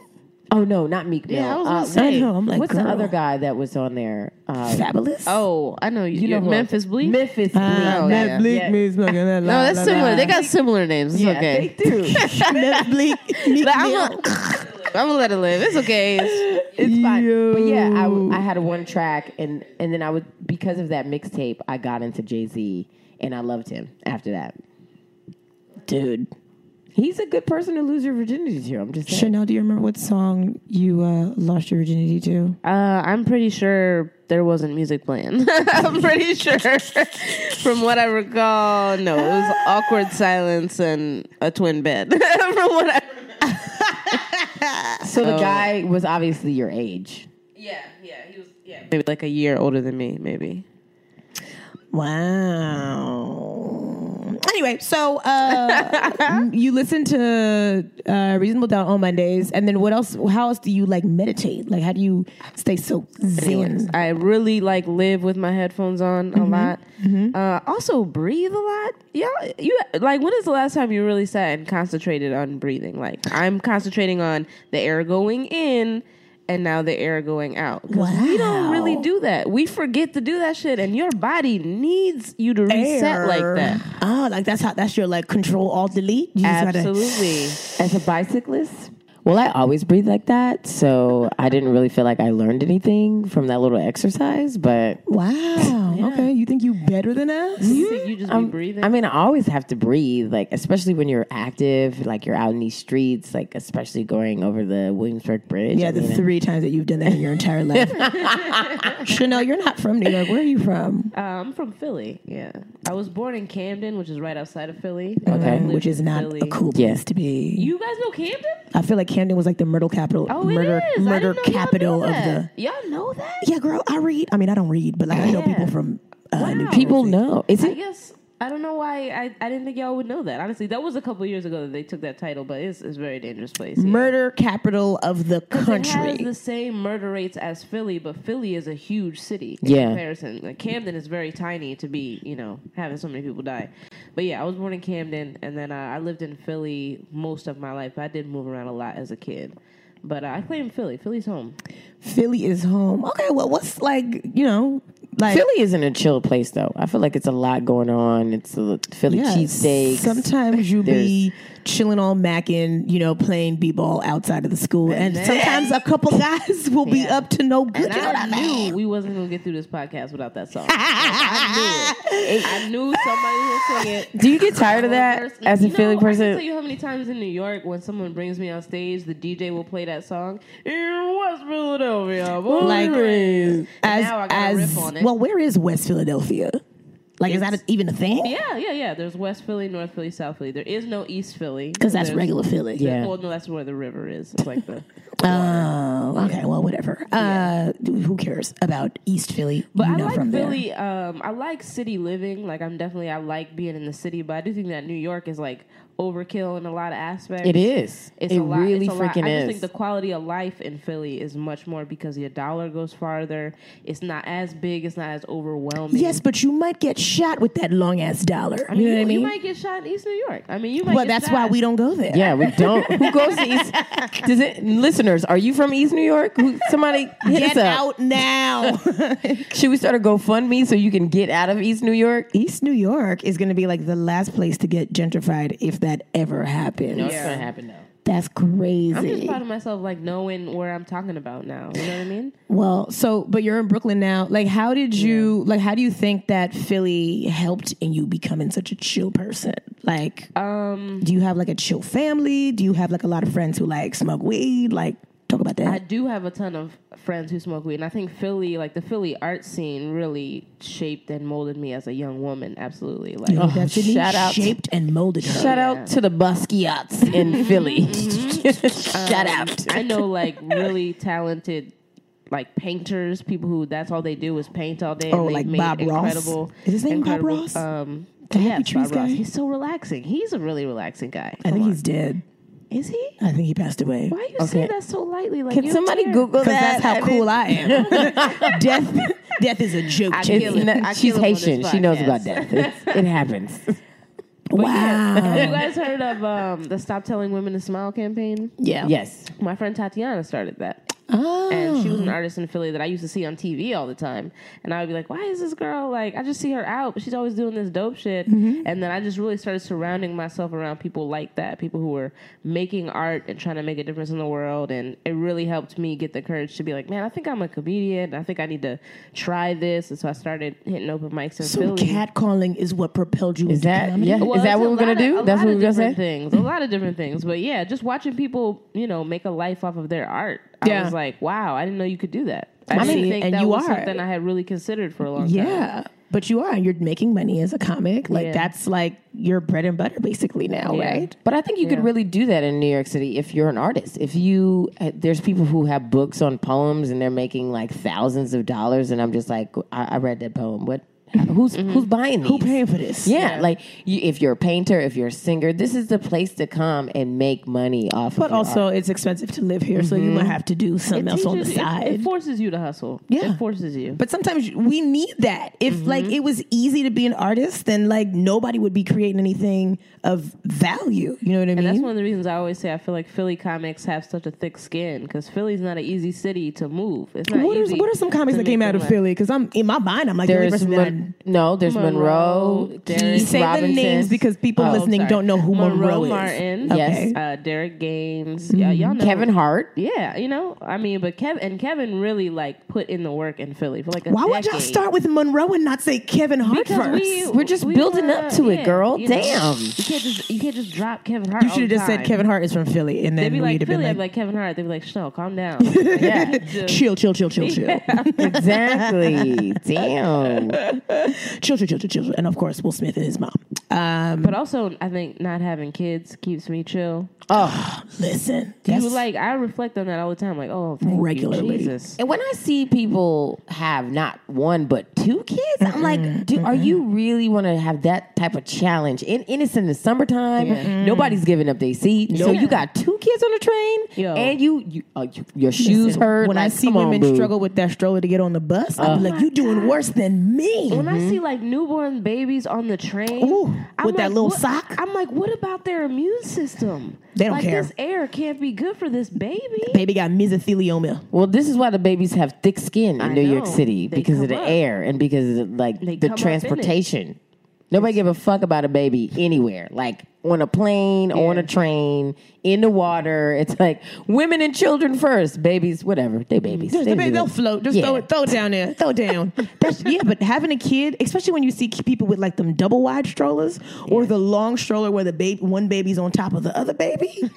Speaker 1: Oh no, not Meek Mill.
Speaker 3: Yeah, I was gonna
Speaker 1: Uh,
Speaker 3: say.
Speaker 2: I know. I'm like,
Speaker 1: what's
Speaker 2: girl,
Speaker 1: the other guy that was on there? Uh,
Speaker 2: Fabulous. Ah,
Speaker 3: Oh, I know. You,
Speaker 1: you know
Speaker 3: know
Speaker 1: who-
Speaker 3: Memphis Bleak.
Speaker 1: Memphis Bleak.
Speaker 3: Oh,
Speaker 1: yeah,
Speaker 3: Matt
Speaker 1: yeah.
Speaker 2: Bleak
Speaker 1: Yeah.
Speaker 2: me smoking that.
Speaker 3: no, that's similar. They got similar names. It's
Speaker 1: Yeah,
Speaker 3: okay.
Speaker 1: they do.
Speaker 2: Matt Bleak. Meek
Speaker 3: But I'm
Speaker 2: Mill.
Speaker 3: gonna, I'm gonna let it live. It's okay. It's-
Speaker 1: It's fine. But yeah, I,
Speaker 2: Yo.
Speaker 1: I had a one track, and and then I would because of that mixtape, I got into Jay Z, and I loved him after that.
Speaker 2: Dude.
Speaker 1: He's a good person to lose your virginity to. I'm just saying.
Speaker 2: Chanel, do you remember what song you uh, lost your virginity to?
Speaker 3: Uh, I'm pretty sure there wasn't music playing. I'm pretty sure, from what I recall, no, it was awkward silence and a twin bed. from what I,
Speaker 1: So the guy Oh. was obviously your age.
Speaker 3: yeah, yeah, he was, yeah, maybe like a year older than me, maybe.
Speaker 2: Wow. Anyway, so uh, you listen to uh, Reasonable Doubt on Mondays, and then what else? How else do you like meditate? Like, how do you stay so
Speaker 3: Anyways,
Speaker 2: zen?
Speaker 3: I really like live with my headphones on a
Speaker 2: Mm-hmm.
Speaker 3: lot. Uh, also breathe a lot. Yeah, you like when is the last time you really sat and concentrated on breathing? Like I'm concentrating on the air going in and now the air going out. 'Cause We don't really
Speaker 2: Wow.
Speaker 3: do that. We forget to do that shit, and your body needs you to reset like that.
Speaker 2: Oh, like that's how that's your like control alt delete. You just gotta-
Speaker 3: Absolutely.
Speaker 1: As a bicyclist, well, I always breathe like that, so I didn't really feel like I learned anything from that little exercise. But
Speaker 2: Wow. Okay. You think you better than us?
Speaker 3: You just be breathing.
Speaker 1: Um, I mean, I always have to breathe, like especially when you're active, like you're out in these streets, like especially going over the Williamsburg Bridge.
Speaker 2: Yeah,
Speaker 1: I
Speaker 2: the
Speaker 1: mean,
Speaker 2: three times that you've done that in your entire life. Chanel, you're not from New York. Where are you from?
Speaker 3: Uh, I'm from Philly. Yeah, I was born in Camden, which is right outside of Philly.
Speaker 1: Okay.
Speaker 3: I lived
Speaker 2: Which is
Speaker 3: in
Speaker 2: not
Speaker 3: Philly.
Speaker 2: a cool
Speaker 1: Yeah.
Speaker 2: place to be.
Speaker 3: You guys know Camden?
Speaker 2: I feel like Camden was like the murder capital,
Speaker 3: Oh,
Speaker 2: murder,
Speaker 3: it is. I
Speaker 2: murder
Speaker 3: didn't know y'all
Speaker 2: capital
Speaker 3: knew
Speaker 2: of the.
Speaker 3: that. Y'all know that?
Speaker 2: Yeah, girl, I read. I mean, I don't read, but like I know
Speaker 3: Yeah.
Speaker 2: people from uh, New
Speaker 3: Wow.
Speaker 1: people know. Is
Speaker 3: I
Speaker 1: it?
Speaker 3: guess I don't know why I, I didn't think y'all would know that. Honestly, that was a couple years ago that they took that title, but it's it's a very dangerous place. yeah.
Speaker 2: murder capital of the
Speaker 3: It has
Speaker 2: country.
Speaker 3: the same murder rates as Philly, but Philly is a huge city in
Speaker 1: Yeah.
Speaker 3: comparison. Like Camden is very tiny to be, you know, having so many people die. But yeah, I was born in Camden, and then uh, I lived in Philly most of my life. I did move around a lot as a kid, but uh, I claim Philly. Philly's home.
Speaker 2: Philly is home. Okay, well, what's like you know, like
Speaker 1: Philly isn't a chill place though. I feel like it's a lot going on. It's a Philly
Speaker 2: yeah,
Speaker 1: cheesesteaks.
Speaker 2: Sometimes you be chilling all macking, you know, playing b ball outside of the school, and,
Speaker 3: then-
Speaker 2: sometimes a couple guys will be
Speaker 3: Yeah.
Speaker 2: up to no good.
Speaker 3: And
Speaker 2: You know what
Speaker 3: I
Speaker 2: I mean?
Speaker 3: knew we wasn't gonna get through this podcast without that song. Like, I knew it. I knew somebody would sing it.
Speaker 1: Do you get tired of that
Speaker 3: First-
Speaker 1: as a
Speaker 3: you know,
Speaker 1: Philly
Speaker 3: I can tell
Speaker 1: person?
Speaker 3: you how many times in New York when someone brings me on stage, the DJ will play that song. In West Philadelphia, born
Speaker 2: Like,
Speaker 3: and raised." And
Speaker 2: as
Speaker 3: now I gotta
Speaker 2: as
Speaker 3: riff on it.
Speaker 2: well, where is West Philadelphia? Like, is that even a thing?
Speaker 3: Yeah, yeah, yeah. There's West Philly, North Philly, South Philly. There is no East Philly
Speaker 2: Because that's
Speaker 3: There's-
Speaker 2: regular Philly.
Speaker 1: Yeah.
Speaker 3: Well, no, that's where the river is. It's like the.
Speaker 2: Oh, okay. Well, whatever. Uh, who cares about East Philly?
Speaker 3: But
Speaker 2: you
Speaker 3: I
Speaker 2: know
Speaker 3: like
Speaker 2: from there.
Speaker 3: Philly. Um, I like city living. Like I'm definitely I like being in the city, but I do think that New York is like overkill in a lot of aspects.
Speaker 1: It is.
Speaker 3: It's
Speaker 1: it
Speaker 3: a lot.
Speaker 1: really
Speaker 3: it's a lot.
Speaker 1: freaking
Speaker 3: I just
Speaker 1: is.
Speaker 3: think the quality of life in Philly is much more because your dollar goes farther. It's not as big. It's not as overwhelming.
Speaker 2: Yes, but you might get shot with that long ass dollar.
Speaker 3: I mean,
Speaker 2: you know
Speaker 3: you,
Speaker 2: what I
Speaker 3: you
Speaker 2: mean?
Speaker 3: might get shot in East New York. I mean, you might.
Speaker 2: well,
Speaker 3: get
Speaker 2: that's why
Speaker 3: shot.
Speaker 2: we don't go there.
Speaker 1: yeah, we don't. Who goes to East? Does it? Listeners, are you from East New York? Who, somebody hit us
Speaker 2: Get
Speaker 1: up.
Speaker 2: out now.
Speaker 1: Should we start a GoFundMe so you can get out of East New York?
Speaker 2: East New York is going to be like the last place to get gentrified if that ever happens.
Speaker 1: It's gonna happen though.
Speaker 2: That's
Speaker 3: I'm just
Speaker 2: crazy.
Speaker 3: proud of myself, like knowing where I'm talking about now. You know what I mean?
Speaker 2: Well, so but you're in Brooklyn now. Like, how did you like? How do you think that Philly helped in you becoming such a chill person? Like, um, do you have like a chill family? Do you have like a lot of friends who like smoke weed? Like, talk about
Speaker 3: I
Speaker 2: that.
Speaker 3: do have a ton of friends who smoke weed, and I think Philly, like the Philly art scene, really shaped and molded me as a young woman. Absolutely, like
Speaker 2: That that's
Speaker 1: shout out to-
Speaker 2: shaped and molded her.
Speaker 1: Shout out to the Busquets in Philly. Shout out.
Speaker 3: I know like really talented like painters, people who that's all they do is paint all day.
Speaker 2: Oh,
Speaker 3: and they've
Speaker 2: like
Speaker 3: made
Speaker 2: Bob Ross?
Speaker 3: incredible,
Speaker 2: Is his name Bob
Speaker 3: incredible,
Speaker 2: Ross?
Speaker 3: Um,
Speaker 2: The Happy
Speaker 3: yes,
Speaker 2: Trees
Speaker 3: Bob Ross.
Speaker 2: guy?
Speaker 3: He's so relaxing. He's a really relaxing guy.
Speaker 2: I
Speaker 3: Come
Speaker 2: think
Speaker 3: on.
Speaker 2: he's dead.
Speaker 3: is he?
Speaker 2: I think he passed away.
Speaker 3: Why you say that so lightly? Like
Speaker 1: Can
Speaker 3: you
Speaker 1: somebody
Speaker 3: care.
Speaker 1: Google
Speaker 2: Because
Speaker 1: that?
Speaker 2: that's how
Speaker 1: I
Speaker 2: cool I am. death, death is a joke.
Speaker 3: I
Speaker 2: to
Speaker 3: kill
Speaker 2: me.
Speaker 3: it.
Speaker 1: mean,
Speaker 3: I kill
Speaker 1: she's
Speaker 3: him on this
Speaker 1: Haitian. She knows
Speaker 3: podcast.
Speaker 1: about death. It's, it happens.
Speaker 2: Wow.
Speaker 3: Have you guys heard of um, the Stop Telling Women to Smile campaign?
Speaker 2: yeah.
Speaker 1: Yes.
Speaker 3: My friend Tatiana started that.
Speaker 2: Oh.
Speaker 3: and she was an artist in Philly that I used to see on TV all the time. And I would be like, "Why is this girl like? I just see her out, but she's always doing this dope shit." And then I just really started surrounding myself around people like that, people who were making art and trying to make a difference in the world. And it really helped me get the courage to be like, "Man, I think I'm a comedian. I think I need to try this." And so I started hitting open mics in
Speaker 2: so
Speaker 3: Philly.
Speaker 2: catcalling is what propelled you. into
Speaker 1: that-
Speaker 2: comedy? Oh,
Speaker 1: yeah. Is that
Speaker 3: it's
Speaker 1: what
Speaker 3: a
Speaker 1: we're gonna
Speaker 3: lot of-
Speaker 1: do?
Speaker 3: a
Speaker 1: That's
Speaker 3: lot
Speaker 1: what
Speaker 3: of
Speaker 1: we're gonna say?
Speaker 3: different Things, a lot of different things, but yeah, just watching people, you know, make a life off of their art.
Speaker 2: Yeah.
Speaker 3: I was like, wow, I didn't know you could do that. I,
Speaker 2: I
Speaker 3: didn't
Speaker 2: mean,
Speaker 3: think
Speaker 2: and
Speaker 3: that
Speaker 2: you
Speaker 3: was
Speaker 2: are.
Speaker 3: something I had really considered for a long time.
Speaker 2: Yeah. But you are. You're making money as a comic. Like
Speaker 3: Yeah.
Speaker 2: that's like your bread and butter basically now,
Speaker 3: Yeah.
Speaker 2: right?
Speaker 1: But I think you could
Speaker 3: Yeah.
Speaker 1: really do that in New York City if you're an artist. If you, uh, there's people who have books on poems and they're making like thousands of dollars, and I'm just like, I, I read that poem. What? Who's who's buying these?
Speaker 2: Mm-hmm. Who paying for this?
Speaker 1: Yeah, like you, if you're a painter, if you're a singer, this is the place to come and make money off. of
Speaker 2: But
Speaker 1: your
Speaker 2: also
Speaker 1: art.
Speaker 2: it's expensive to live here, so you might have to do something else on the
Speaker 3: Teaches- Mm-hmm. it-
Speaker 2: side.
Speaker 3: It, forces you to hustle.
Speaker 2: Yeah.
Speaker 3: It forces you.
Speaker 2: but sometimes we need that. If
Speaker 3: Mm-hmm.
Speaker 2: like it was easy to be an artist, then like nobody would be creating anything of value. You know what I
Speaker 3: and that's
Speaker 2: mean?
Speaker 3: one of the reasons I always say I feel like Philly comics have such a thick skin because Philly's not an easy city to move. It's not
Speaker 2: What are
Speaker 3: easy.
Speaker 2: what are some comics
Speaker 3: to
Speaker 2: that came
Speaker 3: make
Speaker 2: out
Speaker 3: it
Speaker 2: of
Speaker 3: work.
Speaker 2: Philly? Because I'm in my mind, I'm like the only
Speaker 1: there's
Speaker 2: person that I
Speaker 1: Mon- no, there's Monroe,
Speaker 3: Monroe, Derek-
Speaker 1: Keith
Speaker 2: Say
Speaker 1: Robinson.
Speaker 2: the names because people
Speaker 1: Oh,
Speaker 2: listening
Speaker 3: Sorry.
Speaker 2: don't know who Monroe, is.
Speaker 3: Martin.
Speaker 1: Yes.
Speaker 3: Yes. Uh, Derek Gaines.
Speaker 2: Mm-hmm.
Speaker 3: Yeah, y'all know
Speaker 1: Kevin Hart.
Speaker 3: Yeah, you know, I mean, but Kevin and Kevin really like put in the work in Philly for like a
Speaker 2: Why would y'all
Speaker 3: decade.
Speaker 2: start with Monroe and not say Kevin Hart
Speaker 3: Because
Speaker 2: first?
Speaker 3: we,
Speaker 1: We're just building up to it, girl.
Speaker 3: you know,
Speaker 1: Damn.
Speaker 3: you can't just you can't just drop Kevin Hart.
Speaker 2: You
Speaker 3: all
Speaker 2: should have
Speaker 3: the
Speaker 2: just said
Speaker 3: time.
Speaker 2: Kevin Hart is from Philly, and
Speaker 3: They'd
Speaker 2: then
Speaker 3: be like
Speaker 2: we'd have
Speaker 3: Philly, I'd
Speaker 2: been
Speaker 3: be
Speaker 2: like,
Speaker 3: like Kevin Hart. They'd be like, Chanel, calm down. yeah, just,
Speaker 2: chill, chill, chill, chill, chill,
Speaker 1: exactly. Damn.
Speaker 2: chill, chill, chill, chill, chill, and of course Will Smith and his mom.
Speaker 3: but also I think not having kids keeps me chill.
Speaker 2: Listen,
Speaker 3: You like I reflect on that all the time. Like, oh, thank you,
Speaker 2: Regularly.
Speaker 3: Jesus.
Speaker 1: And when I see people have not one but two kids, I'm like, do, are you really want to have that type of challenge? In, and it's in the summertime. Nobody's giving up their seat. So you got two kids on the train,
Speaker 3: Yo.
Speaker 1: and you, you uh, you- your shoes hurt.
Speaker 2: when I
Speaker 1: Like,
Speaker 2: see
Speaker 1: come on,
Speaker 2: women
Speaker 1: boo.
Speaker 2: struggle with that stroller to get on the bus,
Speaker 3: Oh
Speaker 2: I'm like, you doing worse than me.
Speaker 3: When
Speaker 1: Mm-hmm.
Speaker 3: I see like newborn babies on the train
Speaker 2: Ooh,
Speaker 3: I'm
Speaker 2: with that
Speaker 3: like,
Speaker 2: little
Speaker 3: what-
Speaker 2: sock?
Speaker 3: I'm like, what about their immune system?
Speaker 2: They don't
Speaker 3: like,
Speaker 2: care.
Speaker 3: This air can't be good for this baby.
Speaker 2: Baby got mesothelioma.
Speaker 1: Well, this is why the babies have thick skin in
Speaker 3: I
Speaker 1: New York
Speaker 3: know.
Speaker 1: City
Speaker 3: They
Speaker 1: because of
Speaker 3: come
Speaker 1: the
Speaker 3: up.
Speaker 1: air and because of the, like
Speaker 3: They
Speaker 1: the
Speaker 3: come up in it.
Speaker 1: transportation. Nobody give a fuck about a baby anywhere. Like on a plane, on a train, in the water. It's like women and children first, babies, whatever. They babies.
Speaker 2: Just-
Speaker 1: They
Speaker 2: I mean,
Speaker 1: do
Speaker 2: they'll
Speaker 1: it.
Speaker 2: float. Just
Speaker 1: Yeah.
Speaker 2: throw it, throw it down there. Throw it down. That's, yeah, but having a kid, especially when you see ki- people with like them double wide strollers or the long stroller where the baby one baby's on top of the other baby,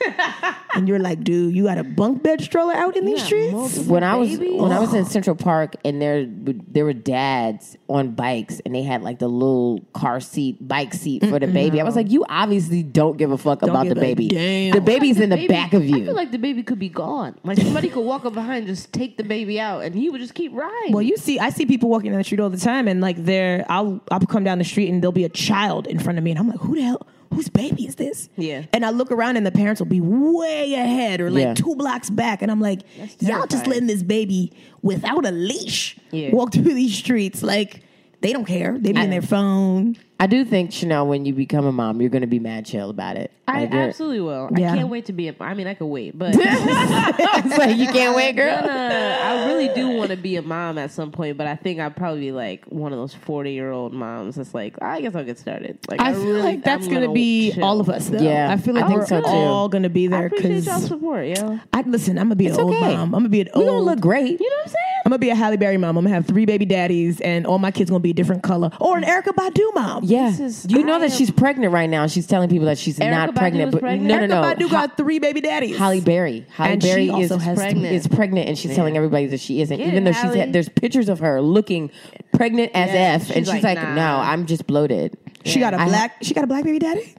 Speaker 2: and you're like, dude, you got a bunk bed stroller out in these streets?
Speaker 1: when I was
Speaker 3: Babies?
Speaker 1: when I was in Central Park and there there were dads on bikes and they had like the little car seat bike seat for the baby. I was like, you obviously don't give a fuck about
Speaker 2: give
Speaker 1: the
Speaker 2: a
Speaker 1: baby.
Speaker 2: damn.
Speaker 1: The baby's in the
Speaker 3: Baby-
Speaker 1: back of
Speaker 3: I
Speaker 1: you.
Speaker 3: feel like the baby could be gone. Like somebody could walk up behind, and just take the baby out, and he would just keep riding.
Speaker 2: Well, you see, I see people walking down the street all the time, and like they're, I'll, I'll come down the street and there'll be a child in front of me, and I'm like, who the hell, whose baby is this?
Speaker 3: Yeah.
Speaker 2: And I look around, and the parents will be way ahead or like
Speaker 1: Yeah.
Speaker 2: two blocks back, and I'm like, y'all just
Speaker 3: terrifying.
Speaker 2: letting this baby without a leash
Speaker 3: Yeah.
Speaker 2: walk through these streets, like they don't care. They be in their phone.
Speaker 1: I do think Chanel, when you become a mom, you're gonna be mad chill about it.
Speaker 3: I
Speaker 1: Like, you're-
Speaker 3: absolutely will.
Speaker 2: Yeah.
Speaker 3: I can't wait to be a. I mean, I could wait, but
Speaker 1: it's like you can't wait, girl.
Speaker 3: gonna- I really do want to be a mom at some point, but I think I'd probably be like one of those forty-year-old moms that's like, I guess I'll get started. Like,
Speaker 2: I, feel
Speaker 3: really-
Speaker 2: like that's
Speaker 3: I'm
Speaker 2: gonna, be
Speaker 3: chill.
Speaker 2: all of us. Though.
Speaker 1: Yeah,
Speaker 2: I feel
Speaker 1: I
Speaker 2: like
Speaker 1: think
Speaker 2: we're
Speaker 1: so, too.
Speaker 2: all gonna be
Speaker 3: I
Speaker 2: there
Speaker 3: appreciate
Speaker 2: because
Speaker 3: y'all support, yo.
Speaker 2: I listen. I'm gonna be an
Speaker 1: It's
Speaker 2: old
Speaker 1: okay.
Speaker 2: mom. I'm gonna be an
Speaker 1: You
Speaker 2: old.
Speaker 1: gonna look great.
Speaker 3: You know what I'm saying?
Speaker 2: I'm gonna be a Halle Berry mom. I'm gonna have three baby daddies, and all my kids gonna be a different color, or an Erica Badu mom.
Speaker 1: Yeah,
Speaker 3: This is-
Speaker 1: you know
Speaker 3: I
Speaker 1: that
Speaker 3: am-
Speaker 1: she's pregnant right now. and She's telling people that she's
Speaker 3: Erykah
Speaker 1: not
Speaker 3: Badu
Speaker 1: pregnant,
Speaker 3: is
Speaker 1: but
Speaker 3: pregnant?
Speaker 1: no, no,
Speaker 2: Erica
Speaker 1: no.
Speaker 2: Badu got three baby daddies.
Speaker 1: Holly Berry. Holly
Speaker 2: And she
Speaker 1: Berry is,
Speaker 2: also has
Speaker 3: pregnant.
Speaker 1: is pregnant, and she's telling everybody that she isn't, even though she's
Speaker 3: Halle.
Speaker 1: had, there's pictures of her looking pregnant as
Speaker 3: Yeah,
Speaker 1: f, and
Speaker 3: she's
Speaker 1: she's like,
Speaker 3: like,
Speaker 1: "No,
Speaker 3: nah."
Speaker 1: I'm just bloated."
Speaker 2: She got a
Speaker 1: I-
Speaker 2: black. she got a black baby daddy,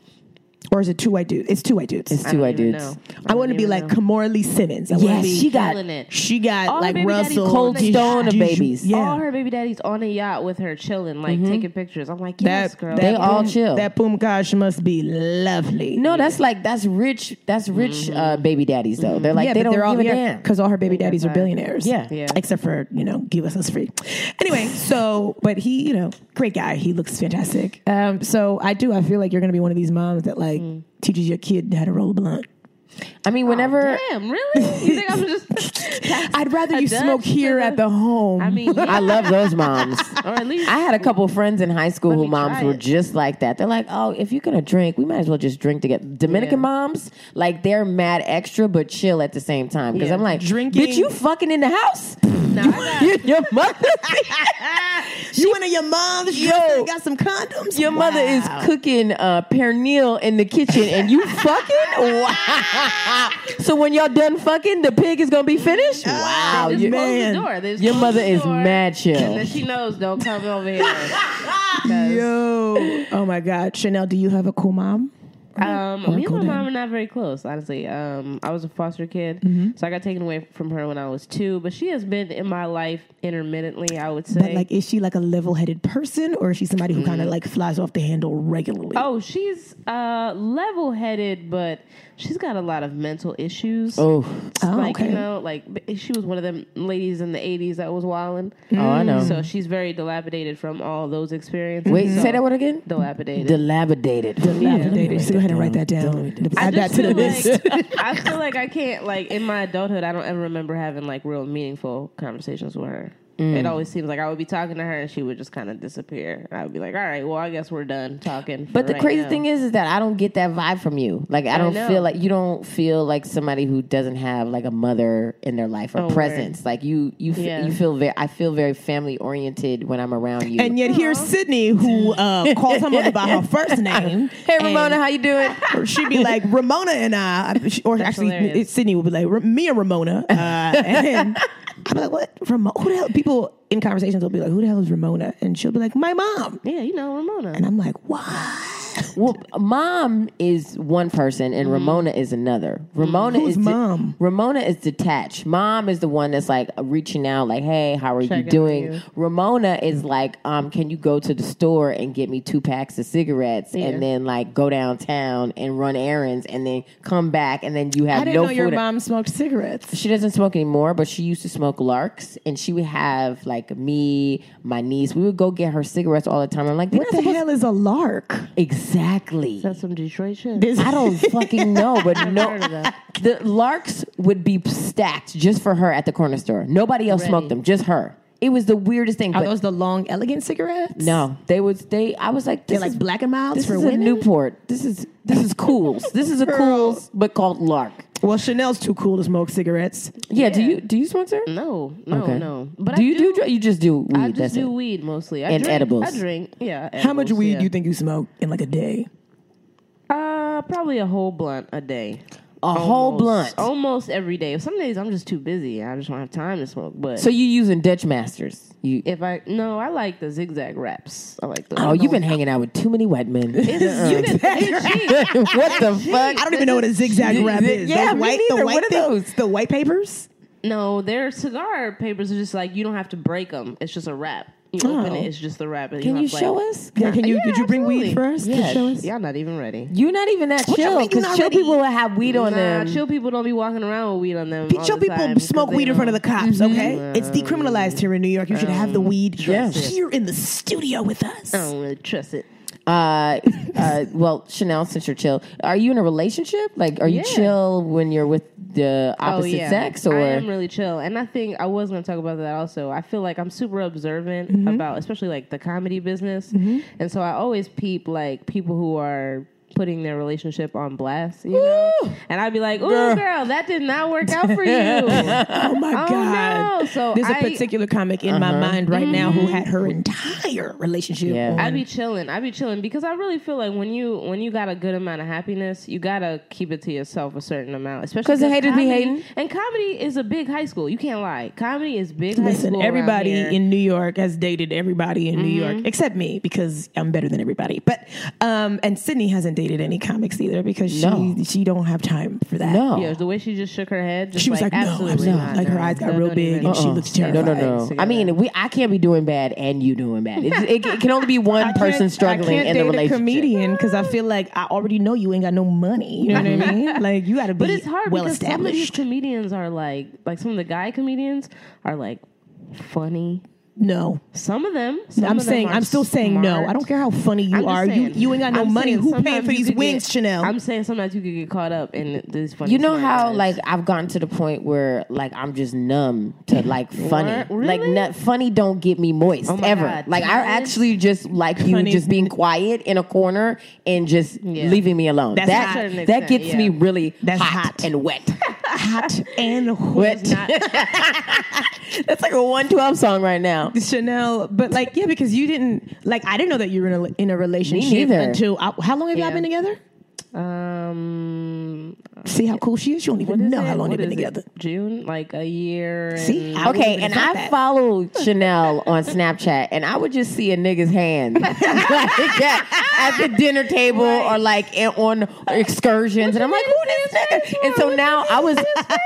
Speaker 2: or is it two white dudes? It's two white dudes.
Speaker 1: It's two white dudes.
Speaker 2: I, want to be like Kamora Lee Simmons. I wanna
Speaker 1: Yes,
Speaker 2: be-
Speaker 1: she got
Speaker 3: Killing it.
Speaker 2: She got
Speaker 3: All her
Speaker 2: like
Speaker 3: baby daddies
Speaker 2: Russell,
Speaker 1: Cold
Speaker 2: Juju-
Speaker 1: Stone of babies.
Speaker 2: Yeah,
Speaker 3: All her baby daddies on a yacht with her, chilling, like taking pictures. I'm like, yes, girl.
Speaker 1: They all
Speaker 2: boom-
Speaker 1: chill.
Speaker 2: That boom gosh must be lovely.
Speaker 1: no. That's like that's rich. That's rich
Speaker 3: Mm-hmm.
Speaker 1: uh, baby daddies though. They're like
Speaker 2: yeah,
Speaker 1: they
Speaker 2: but
Speaker 1: don't
Speaker 2: they're all
Speaker 1: give a
Speaker 2: yeah,
Speaker 1: damn.
Speaker 2: because all her baby daddies are
Speaker 3: fine.
Speaker 2: billionaires.
Speaker 1: Yeah.
Speaker 3: Yeah.
Speaker 2: except for you know, give us us free. Anyway, so but he, you know, great guy. He looks fantastic. Um, so I do. I feel like you're gonna be one of these moms that like
Speaker 3: Mm-hmm.
Speaker 2: teaches your kid how to roll a blunt.
Speaker 1: I mean, whenever
Speaker 3: Oh, Damn, really? You think I'm just?
Speaker 2: I'd rather
Speaker 3: A
Speaker 2: you
Speaker 3: Dutch
Speaker 2: smoke here
Speaker 3: to
Speaker 2: at the home.
Speaker 3: I mean, yeah,
Speaker 1: I love those moms.
Speaker 3: or at least
Speaker 1: I had a couple friends in high school who
Speaker 3: me
Speaker 1: moms
Speaker 3: try
Speaker 1: were
Speaker 3: it.
Speaker 1: just like that. They're like, "Oh, if you're gonna drink, we might as well just drink together." Dominican
Speaker 3: Yeah.
Speaker 1: moms, like they're mad extra but chill at the same time. Because
Speaker 3: Yeah.
Speaker 1: I'm like,
Speaker 2: Drinking-
Speaker 1: bitch, you fucking in the house? You- your mother,
Speaker 2: you went to your mom's
Speaker 1: Yo.
Speaker 2: dress and got some condoms.
Speaker 1: your mother is
Speaker 2: Wow.
Speaker 1: cooking uh, pernil in the kitchen, and you fucking wow. So when y'all done fucking, the pig is gonna be finished. Wow,
Speaker 3: They Uh, just
Speaker 1: You-
Speaker 3: close the
Speaker 2: man.
Speaker 3: door. They just
Speaker 1: your
Speaker 3: close
Speaker 1: mother
Speaker 3: the
Speaker 1: is
Speaker 3: door,
Speaker 1: mad
Speaker 3: And
Speaker 1: chill.
Speaker 3: then she knows, don't come over here.
Speaker 2: Yo, oh my God, Chanel, do you have a cool mom?
Speaker 3: Um, me and
Speaker 2: go
Speaker 3: my
Speaker 2: down.
Speaker 3: mom are not very close, honestly. Um, I was a foster kid,
Speaker 1: Mm-hmm.
Speaker 3: so I got taken away from her when I was two. But she has been in my life intermittently, I would say.
Speaker 2: But like, is she like a level-headed person, or is she somebody who kind of like flies off the handle regularly?
Speaker 3: Mm. oh, she's uh, level-headed, but she's got a lot of mental issues.
Speaker 1: Oh,
Speaker 2: Oh,
Speaker 3: like
Speaker 2: okay.
Speaker 3: you know, like b- she was one of them ladies in the '80s that was wilding.
Speaker 1: oh, I know.
Speaker 3: So she's very dilapidated from all those experiences.
Speaker 1: Wait,
Speaker 3: so
Speaker 1: say that word again.
Speaker 3: Dilapidated.
Speaker 1: Dilapidated.
Speaker 2: Dilapidated. So go ahead and write that down.
Speaker 3: I
Speaker 2: Add that
Speaker 3: just
Speaker 2: to the
Speaker 3: feel
Speaker 2: list.
Speaker 3: Like, I feel like I can't like in my adulthood. I don't ever remember having like real meaningful conversations with her.
Speaker 1: Mm.
Speaker 3: It always seems like I would be talking to her and she would just kind of disappear. And I would be like, "All right, well, I guess we're done talking."
Speaker 1: But the crazy thing is, is that I don't get that vibe from you. Like I don't
Speaker 3: know.
Speaker 1: feel like you don't feel like somebody who doesn't have like a mother in their life or
Speaker 3: Oh, word.
Speaker 1: presence. Like you, you, f-
Speaker 3: Yeah.
Speaker 1: you feel very. I feel very family oriented when I'm around you.
Speaker 2: And yet here's Sydney who uh, calls her mother by her first name.
Speaker 1: hey, Ramona, how you doing?
Speaker 2: And she'd be like Ramona and I, uh, or actually
Speaker 3: hilarious.
Speaker 2: it's Sydney would be like me and Ramona. Uh, and I'm like, what? Ramona? Who the hell? People in conversations will be like, who the hell is Ramona? And she'll be like, my mom.
Speaker 3: yeah, you know,
Speaker 2: And
Speaker 3: Ramona.
Speaker 2: I'm like, what?
Speaker 1: well, mom is one person, and Ramona is another. Ramona
Speaker 2: Mm-hmm. Who's
Speaker 1: is de-
Speaker 2: mom?
Speaker 1: Ramona is detached. Mom is the one that's like reaching out, like, "Hey, how are
Speaker 3: Checking
Speaker 1: you
Speaker 3: on
Speaker 1: doing?"
Speaker 3: you.
Speaker 1: Ramona is like, um, "Can you go to the store and get me two packs of cigarettes,
Speaker 3: Yeah.
Speaker 1: and then like go downtown and run errands, and then come back, and then you have
Speaker 2: I didn't
Speaker 1: no
Speaker 2: know
Speaker 1: food."
Speaker 2: your mom smoked cigarettes.
Speaker 1: she doesn't smoke anymore, but she used to smoke Larks, and she would have like me, my niece. We would go get her cigarettes all the time. I'm like, "They're
Speaker 2: What
Speaker 1: not
Speaker 2: the
Speaker 1: supposed-
Speaker 2: hell is a lark?
Speaker 1: exactly."
Speaker 3: That's some Detroit shit.
Speaker 1: I don't fucking know, but no,
Speaker 3: heard of that.
Speaker 1: the larks would be stacked just for her at the corner store. Nobody else smoked them, just her. It was the weirdest thing.
Speaker 2: Are
Speaker 1: but
Speaker 2: those the long, elegant cigarettes?
Speaker 1: no, they was they. I was like,
Speaker 2: They're
Speaker 1: this
Speaker 2: like
Speaker 1: is-
Speaker 2: black and milds
Speaker 1: This
Speaker 2: for
Speaker 1: is
Speaker 2: women.
Speaker 1: a Newport. This is this is Cools. this is a Cools, but called Lark.
Speaker 2: well, Chanel's too cool to smoke cigarettes.
Speaker 1: Yeah, Do you do you sponsor?
Speaker 3: No, no, no. But
Speaker 1: do
Speaker 3: I
Speaker 1: you do, dr- you just do weed?
Speaker 3: I
Speaker 1: that's
Speaker 3: just do
Speaker 1: it.
Speaker 3: weed mostly. I
Speaker 1: And
Speaker 3: drink,
Speaker 1: edibles.
Speaker 3: I drink. Yeah.
Speaker 2: How
Speaker 1: Oh,
Speaker 2: much
Speaker 3: edibles,
Speaker 2: weed
Speaker 3: yeah.
Speaker 2: do you think you smoke in like a day?
Speaker 3: Uh, probably a whole blunt a day.
Speaker 1: a whole
Speaker 3: Almost- Oh.
Speaker 1: blunt.
Speaker 3: Almost every day. Some days I'm just too busy. I just don't have time to smoke. But
Speaker 1: So you using Dutch Masters? You
Speaker 3: if I no, I like the zigzag wraps. I like those.
Speaker 1: oh, you've been hanging out with too many white men. Uh-uh.
Speaker 3: It's- you can- it's cheap.
Speaker 1: what the fuck?
Speaker 2: I don't even know what a zigzag wrap is.
Speaker 1: Yeah,
Speaker 2: Those
Speaker 1: me
Speaker 2: white, the
Speaker 1: neither.
Speaker 2: white
Speaker 1: What are
Speaker 2: thing-
Speaker 1: those?
Speaker 2: The white papers?
Speaker 3: No, their cigar papers are just like you don't have to break them. It's just a wrap. You open
Speaker 2: Oh.
Speaker 3: it, it's just the wrap. and
Speaker 1: Can
Speaker 3: don't
Speaker 1: you
Speaker 3: have to,
Speaker 1: show
Speaker 3: like, Oh,
Speaker 1: us?
Speaker 2: Yeah, can you?
Speaker 3: Yeah,
Speaker 2: did you bring weed
Speaker 3: absolutely.
Speaker 2: for us? to
Speaker 1: Yes.
Speaker 2: show us?
Speaker 3: Y'all not even ready.
Speaker 1: You're not even that
Speaker 2: What you
Speaker 1: chill
Speaker 2: eating
Speaker 1: because chill
Speaker 2: already?
Speaker 1: people will have weed on
Speaker 3: nah,
Speaker 1: them.
Speaker 3: chill people don't be walking around with weed on them. all
Speaker 2: Show
Speaker 3: Oh, the
Speaker 2: people
Speaker 3: time 'cause
Speaker 2: smoke
Speaker 3: they
Speaker 2: weed in front of
Speaker 3: don't-
Speaker 2: the cops, okay? It's decriminalized here in New York. You should have the weed
Speaker 1: Yes.
Speaker 2: here in the studio with us.
Speaker 3: I don't really trust it.
Speaker 1: Uh, uh, well, Chanel, since you're chill, are you in a relationship? Like, are you
Speaker 3: Yeah.
Speaker 1: chill when you're with the opposite sex, or
Speaker 3: Oh, I am really chill. And I think I was going to talk about that also. I feel like I'm super observant
Speaker 1: Mm-hmm.
Speaker 3: about, especially like the comedy business, and so I always peep like people who are putting their relationship on blast, you know. And I'd be like, "Ooh,
Speaker 1: Girl.
Speaker 3: girl. that did not work out for you."
Speaker 2: Oh my
Speaker 3: Oh,
Speaker 2: God.
Speaker 3: no. So
Speaker 2: There's a
Speaker 3: I-
Speaker 2: particular comic in my mind right now who had her entire relationship.
Speaker 1: Yeah.
Speaker 2: on-
Speaker 3: I'd be chilling. I'd be chilling because I really feel like when you when you got a good amount of happiness, you gotta keep it to yourself a certain amount, especially
Speaker 1: 'Cause the haters be
Speaker 3: comedy-
Speaker 1: hating.
Speaker 3: And comedy is a big high school. You can't lie. Comedy is big. high
Speaker 2: Listen,
Speaker 3: school around
Speaker 2: everybody
Speaker 3: here.
Speaker 2: in New York has dated everybody in New York except me because I'm better than everybody. But um, and Sydney hasn't dated any comics either because she
Speaker 1: No.
Speaker 2: she don't have time for that.
Speaker 1: no?
Speaker 3: Yeah, the way she just shook her head, just
Speaker 2: Oh. She was like, "No,
Speaker 3: absolutely
Speaker 2: I'm not."
Speaker 3: not.
Speaker 2: Like, her eyes got real
Speaker 3: don't
Speaker 2: big
Speaker 3: even-
Speaker 2: and Oh, she
Speaker 1: Uh-uh.
Speaker 2: looks
Speaker 1: No, no,
Speaker 2: terrified.
Speaker 1: no. I
Speaker 3: Together.
Speaker 1: mean, we I can't be doing bad and you doing bad. It's, it, it can only be one person struggling
Speaker 2: I can't
Speaker 1: in the
Speaker 2: date
Speaker 1: relationship.
Speaker 2: A comedian, because I feel like I already know you ain't got no money. You know what I mean? Like you got to be
Speaker 3: But it's hard
Speaker 2: well
Speaker 3: because some of these
Speaker 2: established.
Speaker 3: comedians are like, like some of the guy comedians are like funny.
Speaker 2: No,
Speaker 3: Some of them, some
Speaker 2: I'm
Speaker 3: of them
Speaker 2: saying
Speaker 3: are
Speaker 2: I'm still saying no.
Speaker 3: smart.
Speaker 2: I don't care how funny you
Speaker 3: I'm just
Speaker 2: are.
Speaker 3: saying-
Speaker 2: you you ain't got no
Speaker 3: I'm
Speaker 2: money.
Speaker 3: saying
Speaker 2: Who paying
Speaker 3: sometimes
Speaker 2: for
Speaker 3: you
Speaker 2: these
Speaker 3: could
Speaker 2: wings,
Speaker 3: get-
Speaker 2: Chanel?
Speaker 3: I'm saying sometimes you could get caught up in these funny.
Speaker 1: You know
Speaker 3: smart
Speaker 1: how
Speaker 3: guys.
Speaker 1: like I've gotten to the point where like I'm just numb to like funny.
Speaker 3: What? Really? Oh
Speaker 1: Like not, funny don't get me moist
Speaker 3: my
Speaker 1: ever.
Speaker 3: God.
Speaker 1: Like I
Speaker 3: Talent?
Speaker 1: actually just like you
Speaker 2: Funny-
Speaker 1: just being quiet in a corner and just
Speaker 3: Yeah.
Speaker 1: leaving me alone.
Speaker 2: That's
Speaker 1: that
Speaker 2: hot.
Speaker 3: To an
Speaker 1: that
Speaker 3: extent,
Speaker 1: gets
Speaker 3: yeah.
Speaker 1: me really
Speaker 2: That's
Speaker 1: hot,
Speaker 2: hot.
Speaker 1: and wet.
Speaker 2: hot and
Speaker 1: wet.
Speaker 2: wet.
Speaker 1: That's like a 112 song right now.
Speaker 2: Chanel, but like yeah, because you didn't like I didn't know that you were in a, in a relationship
Speaker 1: neither.
Speaker 2: until I, how long have y'all
Speaker 3: Yeah.
Speaker 2: been together?
Speaker 3: um,
Speaker 2: See how cool she is. You don't
Speaker 3: what
Speaker 2: even
Speaker 3: is
Speaker 2: know
Speaker 3: it?
Speaker 2: how long
Speaker 3: What
Speaker 2: they've been
Speaker 3: is it?
Speaker 2: together.
Speaker 3: June, like a year.
Speaker 2: See?
Speaker 3: and-
Speaker 2: I wouldn't
Speaker 1: Okay,
Speaker 2: even
Speaker 1: and
Speaker 2: thought
Speaker 1: I
Speaker 2: that.
Speaker 1: follow Chanel on Snapchat, and I would just see a nigga's hand like, at, at the dinner table or like in, on excursions, and I'm like, who this nigga? And so now I was,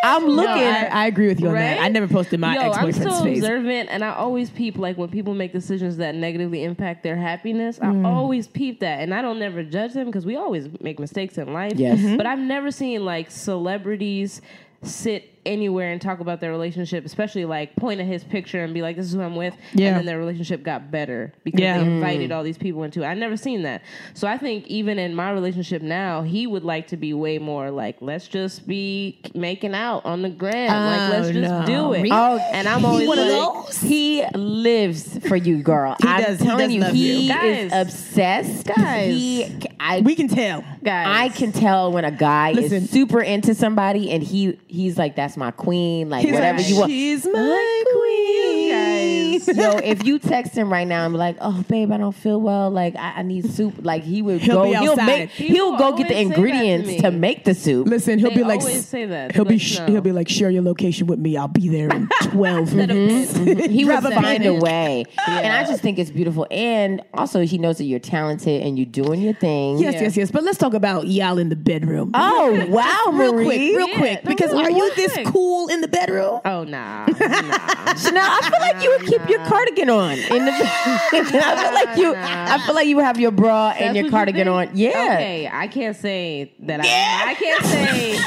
Speaker 1: I'm looking.
Speaker 2: I, I agree with you on that.
Speaker 3: Right?
Speaker 2: I never posted my
Speaker 3: Yo,
Speaker 2: ex
Speaker 3: I'm
Speaker 2: boyfriend's
Speaker 3: so
Speaker 2: face.
Speaker 3: observant, and I always peep like when people make decisions that negatively impact their happiness.
Speaker 2: Mm.
Speaker 3: I always peep that, and I don't never judge them because we always make mistakes in life.
Speaker 1: Yes. Mhm.
Speaker 3: but I've never seen like celebrities sit anywhere and talk about their relationship, especially like point at his picture and be like, "This is who I'm with,"
Speaker 2: Yeah.
Speaker 3: and then their relationship got better because
Speaker 2: Yeah. Mm.
Speaker 3: they invited all these people into it. I've never seen that, so I think even in my relationship now, he would like to be way more like, "Let's just be making out on the gram, like let's
Speaker 2: Oh,
Speaker 3: just
Speaker 2: no.
Speaker 3: do it."
Speaker 2: Really?
Speaker 1: Oh,
Speaker 3: and I'm always
Speaker 2: one of
Speaker 3: like,
Speaker 2: those?
Speaker 1: He lives for you, girl. I'm
Speaker 2: does- he
Speaker 1: telling
Speaker 2: does
Speaker 1: you,
Speaker 2: love
Speaker 1: he is
Speaker 2: you.
Speaker 3: Guys.
Speaker 1: obsessed.
Speaker 3: Guys.
Speaker 1: he, I,
Speaker 2: We can tell.
Speaker 3: guys,
Speaker 1: I can tell when a guy
Speaker 2: Listen.
Speaker 1: is super into somebody, and he he's like, "That's my queen," like whatever
Speaker 2: like,
Speaker 1: you want.
Speaker 2: She's my queen.
Speaker 3: guys.
Speaker 1: Yo, if you text him right now and be like, "Oh, babe, I don't feel well. Like, I, I need soup." Like, he would
Speaker 2: He'll
Speaker 1: go.
Speaker 2: be
Speaker 1: he'll
Speaker 2: outside.
Speaker 1: make.
Speaker 3: People
Speaker 1: He'll go get the
Speaker 3: always say that to
Speaker 1: ingredients
Speaker 3: me.
Speaker 1: to, make the soup.
Speaker 2: Listen, he'll
Speaker 3: They
Speaker 2: be like,
Speaker 3: always say that.
Speaker 2: He'll be
Speaker 3: Like,
Speaker 2: sh
Speaker 3: no.
Speaker 2: he'll be like, share your location with me. I'll be there in twelve
Speaker 3: Mm-hmm.
Speaker 2: minutes.
Speaker 1: He would
Speaker 2: Drop a
Speaker 1: find a
Speaker 2: pin.
Speaker 1: way, and I just think it's beautiful. And also, he knows that you're talented and you're doing your thing.
Speaker 2: Yes, yes, yes. But let's talk about y'all in the bedroom.
Speaker 1: Oh wow,
Speaker 2: real
Speaker 1: Marie.
Speaker 2: quick, real
Speaker 3: Yeah,
Speaker 2: quick.
Speaker 3: no,
Speaker 2: Because
Speaker 3: real
Speaker 2: are you this
Speaker 3: quick.
Speaker 2: cool in the bedroom?
Speaker 3: Oh nah, nah.
Speaker 1: Chanel, I feel like you would keep your cardigan on. In the, I feel like you. I feel like you would have your bra and
Speaker 3: That's
Speaker 1: your
Speaker 3: what you
Speaker 1: cardigan
Speaker 3: think?
Speaker 1: on. Yeah.
Speaker 3: Okay, I can't say that. I, I can't say.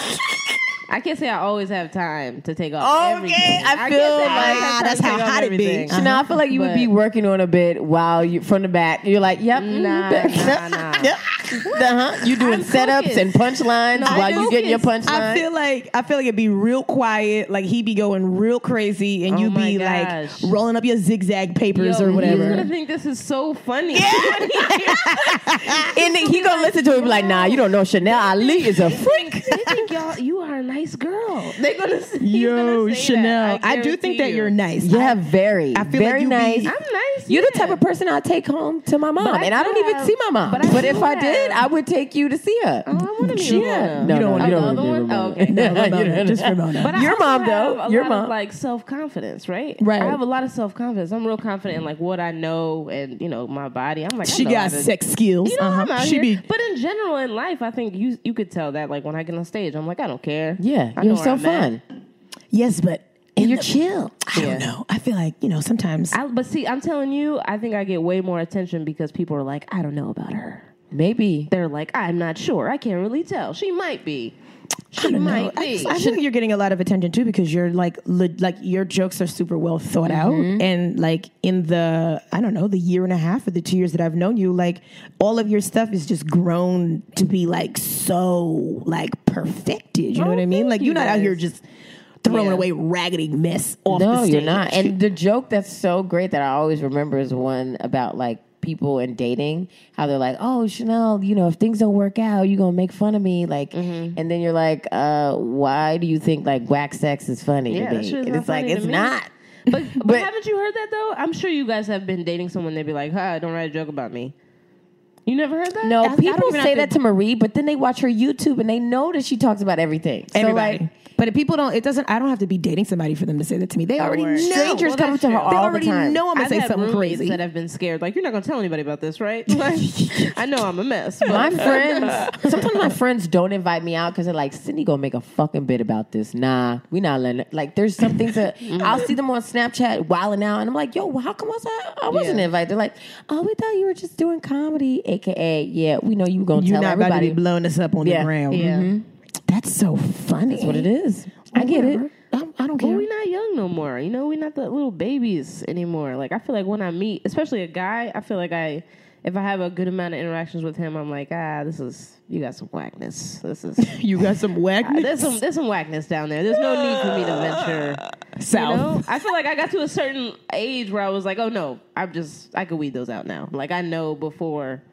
Speaker 3: I can't say I always have time to take off. everything.
Speaker 2: Okay, I
Speaker 3: can't
Speaker 2: feel
Speaker 3: say I
Speaker 2: like ah,
Speaker 3: always have time
Speaker 2: that's
Speaker 3: to
Speaker 2: how
Speaker 3: take off
Speaker 2: hot it be.
Speaker 3: everything.
Speaker 2: Uh-huh.
Speaker 1: No, I feel like you would be working on a bit while you from the back. You're like, yep,
Speaker 3: Nah, nah, nah.
Speaker 1: yep. Uh-huh. You doing
Speaker 3: I'm
Speaker 1: setups
Speaker 3: focused.
Speaker 1: and punchlines
Speaker 3: No, I'm
Speaker 1: while you getting your
Speaker 3: focused.
Speaker 1: punchline.
Speaker 2: I feel like I feel like it'd be real quiet. Like he be going real crazy, and
Speaker 3: Oh
Speaker 2: you
Speaker 3: my
Speaker 2: be
Speaker 3: gosh.
Speaker 2: like rolling up your zigzag papers or
Speaker 3: He's
Speaker 2: whatever.
Speaker 3: gonna think this is so funny.
Speaker 1: and then he gonna listen to it and be like, nah, you don't know Chanel Ali is a freak.
Speaker 3: they think y'all, you are a nice girl. They're gonna. He's
Speaker 2: Yo,
Speaker 3: gonna say
Speaker 2: Chanel,
Speaker 3: That.
Speaker 2: I, do think that you're nice.
Speaker 1: Yeah, very,
Speaker 2: I feel like
Speaker 1: very
Speaker 2: you be-
Speaker 1: nice.
Speaker 3: I'm nice.
Speaker 1: You're the
Speaker 3: yeah.
Speaker 1: type of person I take home to my mom,
Speaker 3: But I
Speaker 1: and I don't
Speaker 3: could
Speaker 1: even
Speaker 3: have-
Speaker 1: see my mom. But,
Speaker 3: but I
Speaker 1: if
Speaker 3: could
Speaker 1: I did,
Speaker 3: have.
Speaker 1: I would take you to see her.
Speaker 3: Oh, I wanna meet Ramona.
Speaker 1: No,
Speaker 2: You don't
Speaker 1: no,
Speaker 2: wanna-
Speaker 1: you
Speaker 2: Oh,
Speaker 1: don't want to
Speaker 2: the
Speaker 3: other
Speaker 1: do
Speaker 3: one?
Speaker 1: Ramona.
Speaker 3: Oh, okay. No,
Speaker 1: You
Speaker 2: Ramona,
Speaker 1: don't-
Speaker 2: just Ramona.
Speaker 3: But I
Speaker 1: Your
Speaker 3: also
Speaker 1: mom,
Speaker 3: have
Speaker 1: though.
Speaker 3: a
Speaker 1: Your
Speaker 3: lot
Speaker 1: mom.
Speaker 3: of, like self confidence, right?
Speaker 2: Right.
Speaker 3: I have a lot of self confidence. I'm real confident in like what I know and you know my body. I'm like I
Speaker 2: she
Speaker 3: know how
Speaker 2: got
Speaker 3: to-
Speaker 2: sex skills.
Speaker 3: You know
Speaker 2: Uh-huh.
Speaker 3: I'm out
Speaker 2: She
Speaker 3: here.
Speaker 2: be
Speaker 3: But in general in life, I think you you could tell that like when I get on stage, I'm like I don't care.
Speaker 1: yeah,
Speaker 3: I know
Speaker 1: you're
Speaker 3: where
Speaker 1: so
Speaker 3: I'm at.
Speaker 1: fun,
Speaker 2: yes, but
Speaker 1: and you're chill.
Speaker 2: I don't
Speaker 3: Yeah.
Speaker 2: know. I feel like you know sometimes.
Speaker 3: I, but see, I'm telling you, I think I get way more attention because people are like, I don't know about her.
Speaker 1: Maybe
Speaker 3: They're like, I'm not sure. I can't really tell. She might be. She
Speaker 2: I don't know.
Speaker 3: might
Speaker 2: I,
Speaker 3: be.
Speaker 2: I think you're getting a lot of attention too because you're like le- like your jokes are super well thought
Speaker 1: Mm-hmm.
Speaker 2: out and like in the I don't know the year and a half or the two years that I've known you like all of your stuff is just grown to be like so like perfected. You know
Speaker 3: Oh,
Speaker 2: what I mean?
Speaker 3: thank
Speaker 2: Like
Speaker 3: you,
Speaker 2: you're not out
Speaker 3: guys.
Speaker 2: here just throwing
Speaker 3: Yeah.
Speaker 2: away raggedy mess off the
Speaker 1: No,
Speaker 2: stage.
Speaker 1: you're not. And the joke that's so great that I always remember is one about like people and dating, how they're like, "Oh, Chanel, you know, if things don't work out, you're gonna make fun of me." Like,
Speaker 3: Mm-hmm.
Speaker 1: and then you're like, uh, "Why do you think like whack sex is funny
Speaker 3: Yeah,
Speaker 1: to
Speaker 3: that
Speaker 1: me?"
Speaker 3: shit is
Speaker 1: And
Speaker 3: not
Speaker 1: it's like
Speaker 3: funny to
Speaker 1: it's
Speaker 3: me.
Speaker 1: not.
Speaker 3: But, but,
Speaker 1: But-
Speaker 3: haven't you heard that though? I'm sure you guys have been dating someone. They'd be like, "Huh, don't write a joke about me." You never heard that?
Speaker 1: No,
Speaker 2: I- I don't
Speaker 1: people
Speaker 2: even
Speaker 1: say
Speaker 2: have to-
Speaker 1: that to Marie, but then they watch her YouTube and they know that she talks about everything.
Speaker 2: Everybody.
Speaker 1: So like,
Speaker 2: but if people don't, it doesn't. I don't have to be dating somebody for them to say that to me. They already know.
Speaker 3: word.
Speaker 1: strangers
Speaker 3: Well,
Speaker 1: come
Speaker 3: that's
Speaker 1: to her
Speaker 3: true.
Speaker 1: all
Speaker 2: they
Speaker 1: the
Speaker 2: already
Speaker 1: time.
Speaker 2: know I'm gonna
Speaker 3: I've
Speaker 2: say
Speaker 3: had
Speaker 2: something
Speaker 3: roommates
Speaker 2: crazy.
Speaker 3: that have been scared. Like, you're not gonna tell anybody about this, right? Like, I know I'm a mess. But
Speaker 1: My friends, sometimes my friends don't invite me out because they're like, Cindy gonna make a fucking bit about this. Nah, we not letting it. Like, there's some things that
Speaker 2: Mm-hmm.
Speaker 1: I'll see them on Snapchat wilding out, and I'm like, yo, well, how come I, was- I wasn't
Speaker 3: Yeah.
Speaker 1: invited? They're like, oh, we thought you were just doing comedy, aka, yeah, we know you were gonna tell
Speaker 2: You're not about to
Speaker 1: everybody.
Speaker 2: be blowing us up on
Speaker 1: Yeah.
Speaker 2: the ground.
Speaker 3: yeah,
Speaker 2: That's so funny.
Speaker 1: That's what it is. I get it.
Speaker 2: Oh, I, I don't
Speaker 3: Well,
Speaker 2: care.
Speaker 3: we're not young no more. You know, we're not the little babies anymore. Like I feel like when I meet, especially a guy, I feel like I, if I have a good amount of interactions with him, I'm like, ah, this is you got some whackness. This is
Speaker 2: You got some
Speaker 3: Uh, there's
Speaker 2: whackness.
Speaker 3: some there's some whackness down there. There's no need for me to venture. You
Speaker 2: South.
Speaker 3: know, I feel like I got to a certain age where I was like, oh no, I'm just I could weed those out now. Like I know before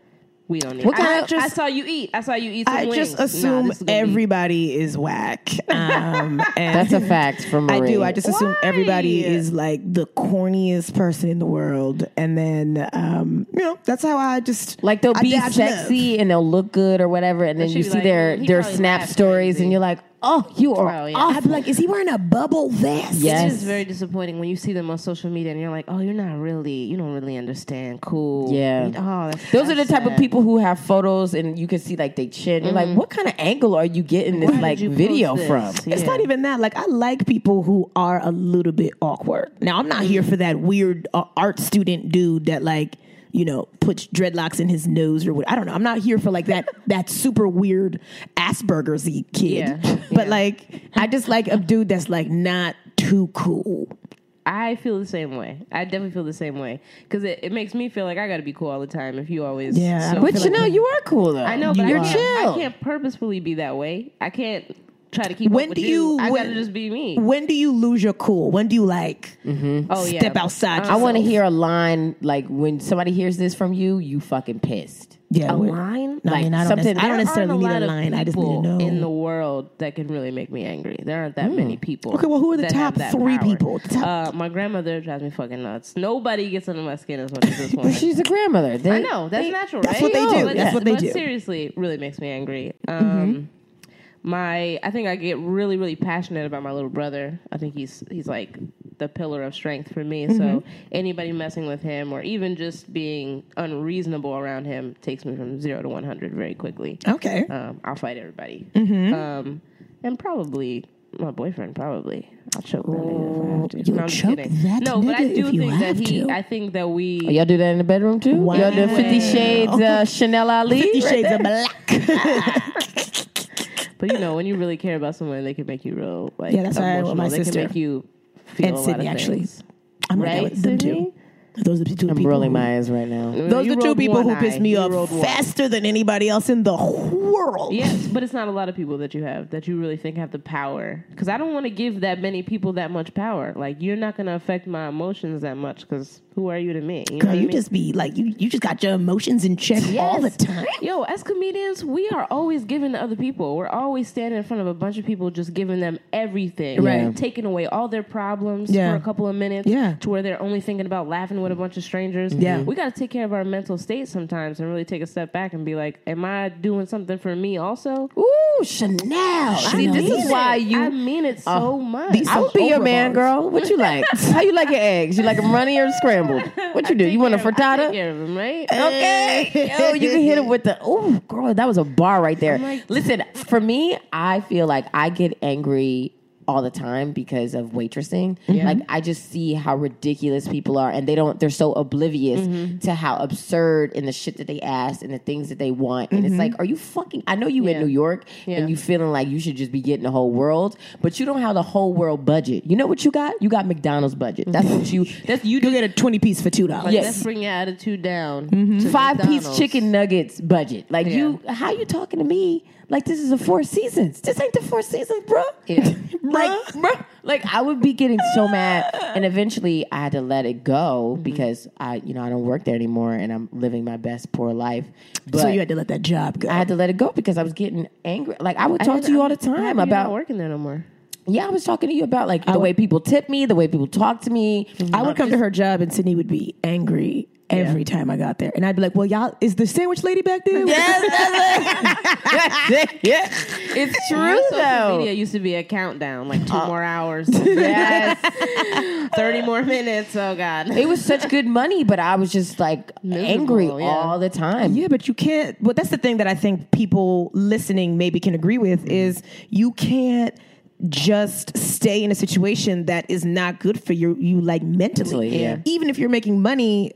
Speaker 3: we don't need.
Speaker 1: What kind
Speaker 3: I,
Speaker 1: of-
Speaker 3: I saw you eat. I saw you eat. Some
Speaker 2: I
Speaker 3: wings.
Speaker 2: just
Speaker 3: Nah,
Speaker 2: assume
Speaker 3: this is gonna be-
Speaker 2: everybody is whack. Um, and
Speaker 1: That's a fact from Marie.
Speaker 2: I do. I just assume everybody
Speaker 3: Why?
Speaker 2: is like the corniest person in the world. And then, um, you know, that's how I just.
Speaker 1: Like they'll
Speaker 2: I
Speaker 1: be
Speaker 2: dodge
Speaker 1: sexy and they'll look good or whatever, and then
Speaker 3: she'd
Speaker 1: you
Speaker 3: be
Speaker 1: see
Speaker 3: like,
Speaker 1: their
Speaker 3: "Mm, he
Speaker 1: their
Speaker 3: probably
Speaker 1: snap
Speaker 3: laughed
Speaker 1: stories,
Speaker 3: crazy."
Speaker 1: and you're like, "Oh, you are
Speaker 3: Oh,
Speaker 2: love.
Speaker 3: yeah.
Speaker 1: awful."
Speaker 2: I'd be like, is he wearing a bubble vest?
Speaker 1: Yes.
Speaker 3: It is very disappointing when you see them on social media and you're like, oh, you're not really, you don't really understand. Cool.
Speaker 1: Yeah.
Speaker 3: You- Oh, that's,
Speaker 1: Those are the
Speaker 3: that's
Speaker 1: type of
Speaker 3: sad. Mm-hmm.
Speaker 1: people who have photos and you can see like they chin. You're like, what kind of angle are you getting this
Speaker 3: Why did
Speaker 1: like
Speaker 3: you post
Speaker 1: video
Speaker 3: this?
Speaker 1: from?
Speaker 2: It's
Speaker 3: Yeah.
Speaker 2: not even that. Like I like people who are a little bit awkward. Now I'm not here for that weird uh, art student dude that like you know puts dreadlocks in his nose or what. I don't know. I'm not here for like that that super weird Asperger's kid.
Speaker 3: Yeah.
Speaker 2: But like I just like a dude that's like not too cool.
Speaker 3: I feel the same way. I definitely feel the same way because it, it makes me feel like I got to be cool all the time if you always.
Speaker 2: Yeah, I
Speaker 3: So,
Speaker 2: don't
Speaker 1: But you know, you are cool though.
Speaker 3: I know, but
Speaker 1: you're
Speaker 3: I, can't,
Speaker 1: chill.
Speaker 3: I can't purposefully be that way. I can't try to keep
Speaker 2: When
Speaker 3: up with
Speaker 2: do you-
Speaker 3: I
Speaker 2: when-
Speaker 3: got to just be me.
Speaker 2: When do you lose your cool? When do you like
Speaker 3: Oh, yeah.
Speaker 2: step outside?
Speaker 1: I want to
Speaker 2: yourself?
Speaker 1: hear a line like when somebody hears this from you, you fucking pissed.
Speaker 2: yeah,
Speaker 3: a
Speaker 2: we're-
Speaker 3: line?
Speaker 2: No, I
Speaker 1: Like,
Speaker 2: mean, I don't,
Speaker 1: something-
Speaker 2: nec- I
Speaker 1: there
Speaker 2: don't
Speaker 1: aren't
Speaker 2: necessarily
Speaker 3: aren't
Speaker 2: need
Speaker 3: a
Speaker 2: a
Speaker 3: lot of
Speaker 2: line. I just need to
Speaker 3: people
Speaker 2: know Mm.
Speaker 3: in the world that can really make me angry. There aren't that many people.
Speaker 2: Okay, well, who are the
Speaker 3: that
Speaker 2: top
Speaker 3: have that
Speaker 2: three
Speaker 3: power.
Speaker 2: people? The top-
Speaker 3: Uh, my grandmother drives me fucking nuts. Nobody gets under my skin as much as this one.
Speaker 1: She's a grandmother. They,
Speaker 3: I know that's natural.
Speaker 2: that's
Speaker 3: right?
Speaker 2: what they do.
Speaker 3: But,
Speaker 2: That's what they
Speaker 3: but
Speaker 2: do. Mm-hmm.
Speaker 3: Seriously, really makes me angry. Um, My, I think I get really, really passionate about my little brother. I think he's he's like the pillar of strength for me. So
Speaker 2: Mm-hmm.
Speaker 3: anybody messing with him or even just being unreasonable around him takes me from zero to one hundred very quickly.
Speaker 2: okay.
Speaker 3: Um, I'll fight everybody.
Speaker 2: Mm-hmm.
Speaker 3: Um, and probably my boyfriend. Probably I'll choke that nigga if I have to.
Speaker 2: you'll
Speaker 3: no, I'm just
Speaker 2: choke
Speaker 3: kidding.
Speaker 2: that
Speaker 3: no, but I
Speaker 2: nigga
Speaker 3: do
Speaker 2: if you
Speaker 3: think that
Speaker 2: have
Speaker 3: he.
Speaker 2: to.
Speaker 3: I think that we.
Speaker 1: Oh, Y'all do that in the bedroom too.
Speaker 2: Wow.
Speaker 1: Y'all do Fifty Shades uh, Chanel Ali.
Speaker 2: Fifty
Speaker 1: right
Speaker 2: Shades
Speaker 1: there?
Speaker 2: of Black.
Speaker 3: But But you know, when you really care about someone, they can make you real. Like,
Speaker 2: Yeah, that's why I want
Speaker 3: emotional.
Speaker 2: my
Speaker 3: they
Speaker 2: sister.
Speaker 3: Can make you feel
Speaker 2: And
Speaker 3: a lot
Speaker 2: Sydney,
Speaker 3: of
Speaker 2: actually.
Speaker 3: things.
Speaker 2: I'm
Speaker 3: Right,
Speaker 2: right, them
Speaker 3: Sydney?
Speaker 2: too. Those are the two
Speaker 1: I'm
Speaker 2: people.
Speaker 1: rolling
Speaker 2: who-
Speaker 1: my eyes right now.
Speaker 2: Those
Speaker 3: You
Speaker 2: are two
Speaker 3: rolled
Speaker 2: people
Speaker 3: one
Speaker 2: who
Speaker 3: eye.
Speaker 2: piss me
Speaker 3: You
Speaker 2: off
Speaker 3: rolled one.
Speaker 2: faster than anybody else in the world.
Speaker 3: Yes, but it's not a lot of people that you have that you really think have the power. Because I don't want to give that many people that much power. Like you're not going to affect my emotions that much. Because who are you to me? You know
Speaker 2: Girl,
Speaker 3: what I
Speaker 2: you
Speaker 3: mean?
Speaker 2: just be like you. You just got your emotions in check all the
Speaker 3: Yes.
Speaker 2: time.
Speaker 3: Yo, as comedians, we are always giving to other people. We're always standing in front of a bunch of people, just giving them everything,
Speaker 1: Right.
Speaker 3: Taking away all their problems
Speaker 2: Yeah.
Speaker 3: for a couple of minutes,
Speaker 2: Yeah.
Speaker 3: to where they're only thinking about laughing with a bunch of strangers.
Speaker 2: Yeah.
Speaker 3: we got to take care of our mental state sometimes and really take a step back and be like, "Am I doing something for me also?"
Speaker 1: Ooh, Chanel.
Speaker 2: See,
Speaker 1: I
Speaker 2: this is
Speaker 1: mean
Speaker 2: why
Speaker 1: it.
Speaker 3: I mean it so
Speaker 1: Oh,
Speaker 3: much.
Speaker 2: these-
Speaker 3: I
Speaker 1: I would be your man,
Speaker 2: Overboard.
Speaker 1: girl. What you like? How you like your eggs? You like them runny or scrambled? What you do?
Speaker 3: take
Speaker 1: You want a
Speaker 3: care of- I take
Speaker 1: frittata?
Speaker 3: care of them, right?
Speaker 1: Okay. Yo, you can hit it with the ooh, girl. That was a bar right there.
Speaker 3: like-
Speaker 1: Listen, for me, I feel like I get angry all the time because of waitressing. Like I just see how ridiculous people are, and they don't. They're so oblivious
Speaker 3: Mm-hmm.
Speaker 1: to how absurd and the shit that they ask and the things that they want. And it's like, are you fucking? I know you in
Speaker 3: Mm-hmm. Yeah.
Speaker 1: New York
Speaker 3: Yeah.
Speaker 1: and you feeling like you should just be getting the whole world, but you don't have the whole world budget. You know what you got? You got McDonald's budget. That's what you. That's you.
Speaker 2: You get a twenty piece for two dollars.
Speaker 1: Yes.
Speaker 3: Let's bring your attitude down. to
Speaker 1: five piece
Speaker 3: McDonald's.
Speaker 1: chicken nuggets budget. Like
Speaker 3: Yeah.
Speaker 1: you, how you talking to me? Like this is the Four Seasons. This ain't the Four Seasons, bro.
Speaker 3: Yeah.
Speaker 1: like, bruh. like I would be getting so mad, and eventually I had to let it go because I, you know, I don't work there anymore, and I'm living my best poor life. But
Speaker 2: So you had to let that job go.
Speaker 1: I had to let it go because I was getting angry. Like I would talk
Speaker 3: And
Speaker 1: to you all the
Speaker 3: I'm happy
Speaker 1: time
Speaker 3: you're not
Speaker 1: about
Speaker 3: working there no more.
Speaker 1: yeah, I was talking to you about like the way people tip me, the way people talk to me.
Speaker 2: I would come to her job and Sydney would be angry every time I got there. And I'd be like, well, y'all, is the sandwich lady back there?
Speaker 1: yeah, it's true
Speaker 3: Your social
Speaker 1: though.
Speaker 3: media used to be a countdown, like two
Speaker 2: Uh,
Speaker 3: more hours,
Speaker 1: Yes.
Speaker 3: thirty more minutes. Oh God,
Speaker 1: It was such good money, but I was just like angry
Speaker 3: Miserable, yeah.
Speaker 1: all the time.
Speaker 2: Yeah, but you can't. Well, that's the thing that I think people listening maybe can agree with is you can't just stay in a situation that is not good for you. You like mentally,
Speaker 1: Mentally, yeah.
Speaker 2: even if you're making money,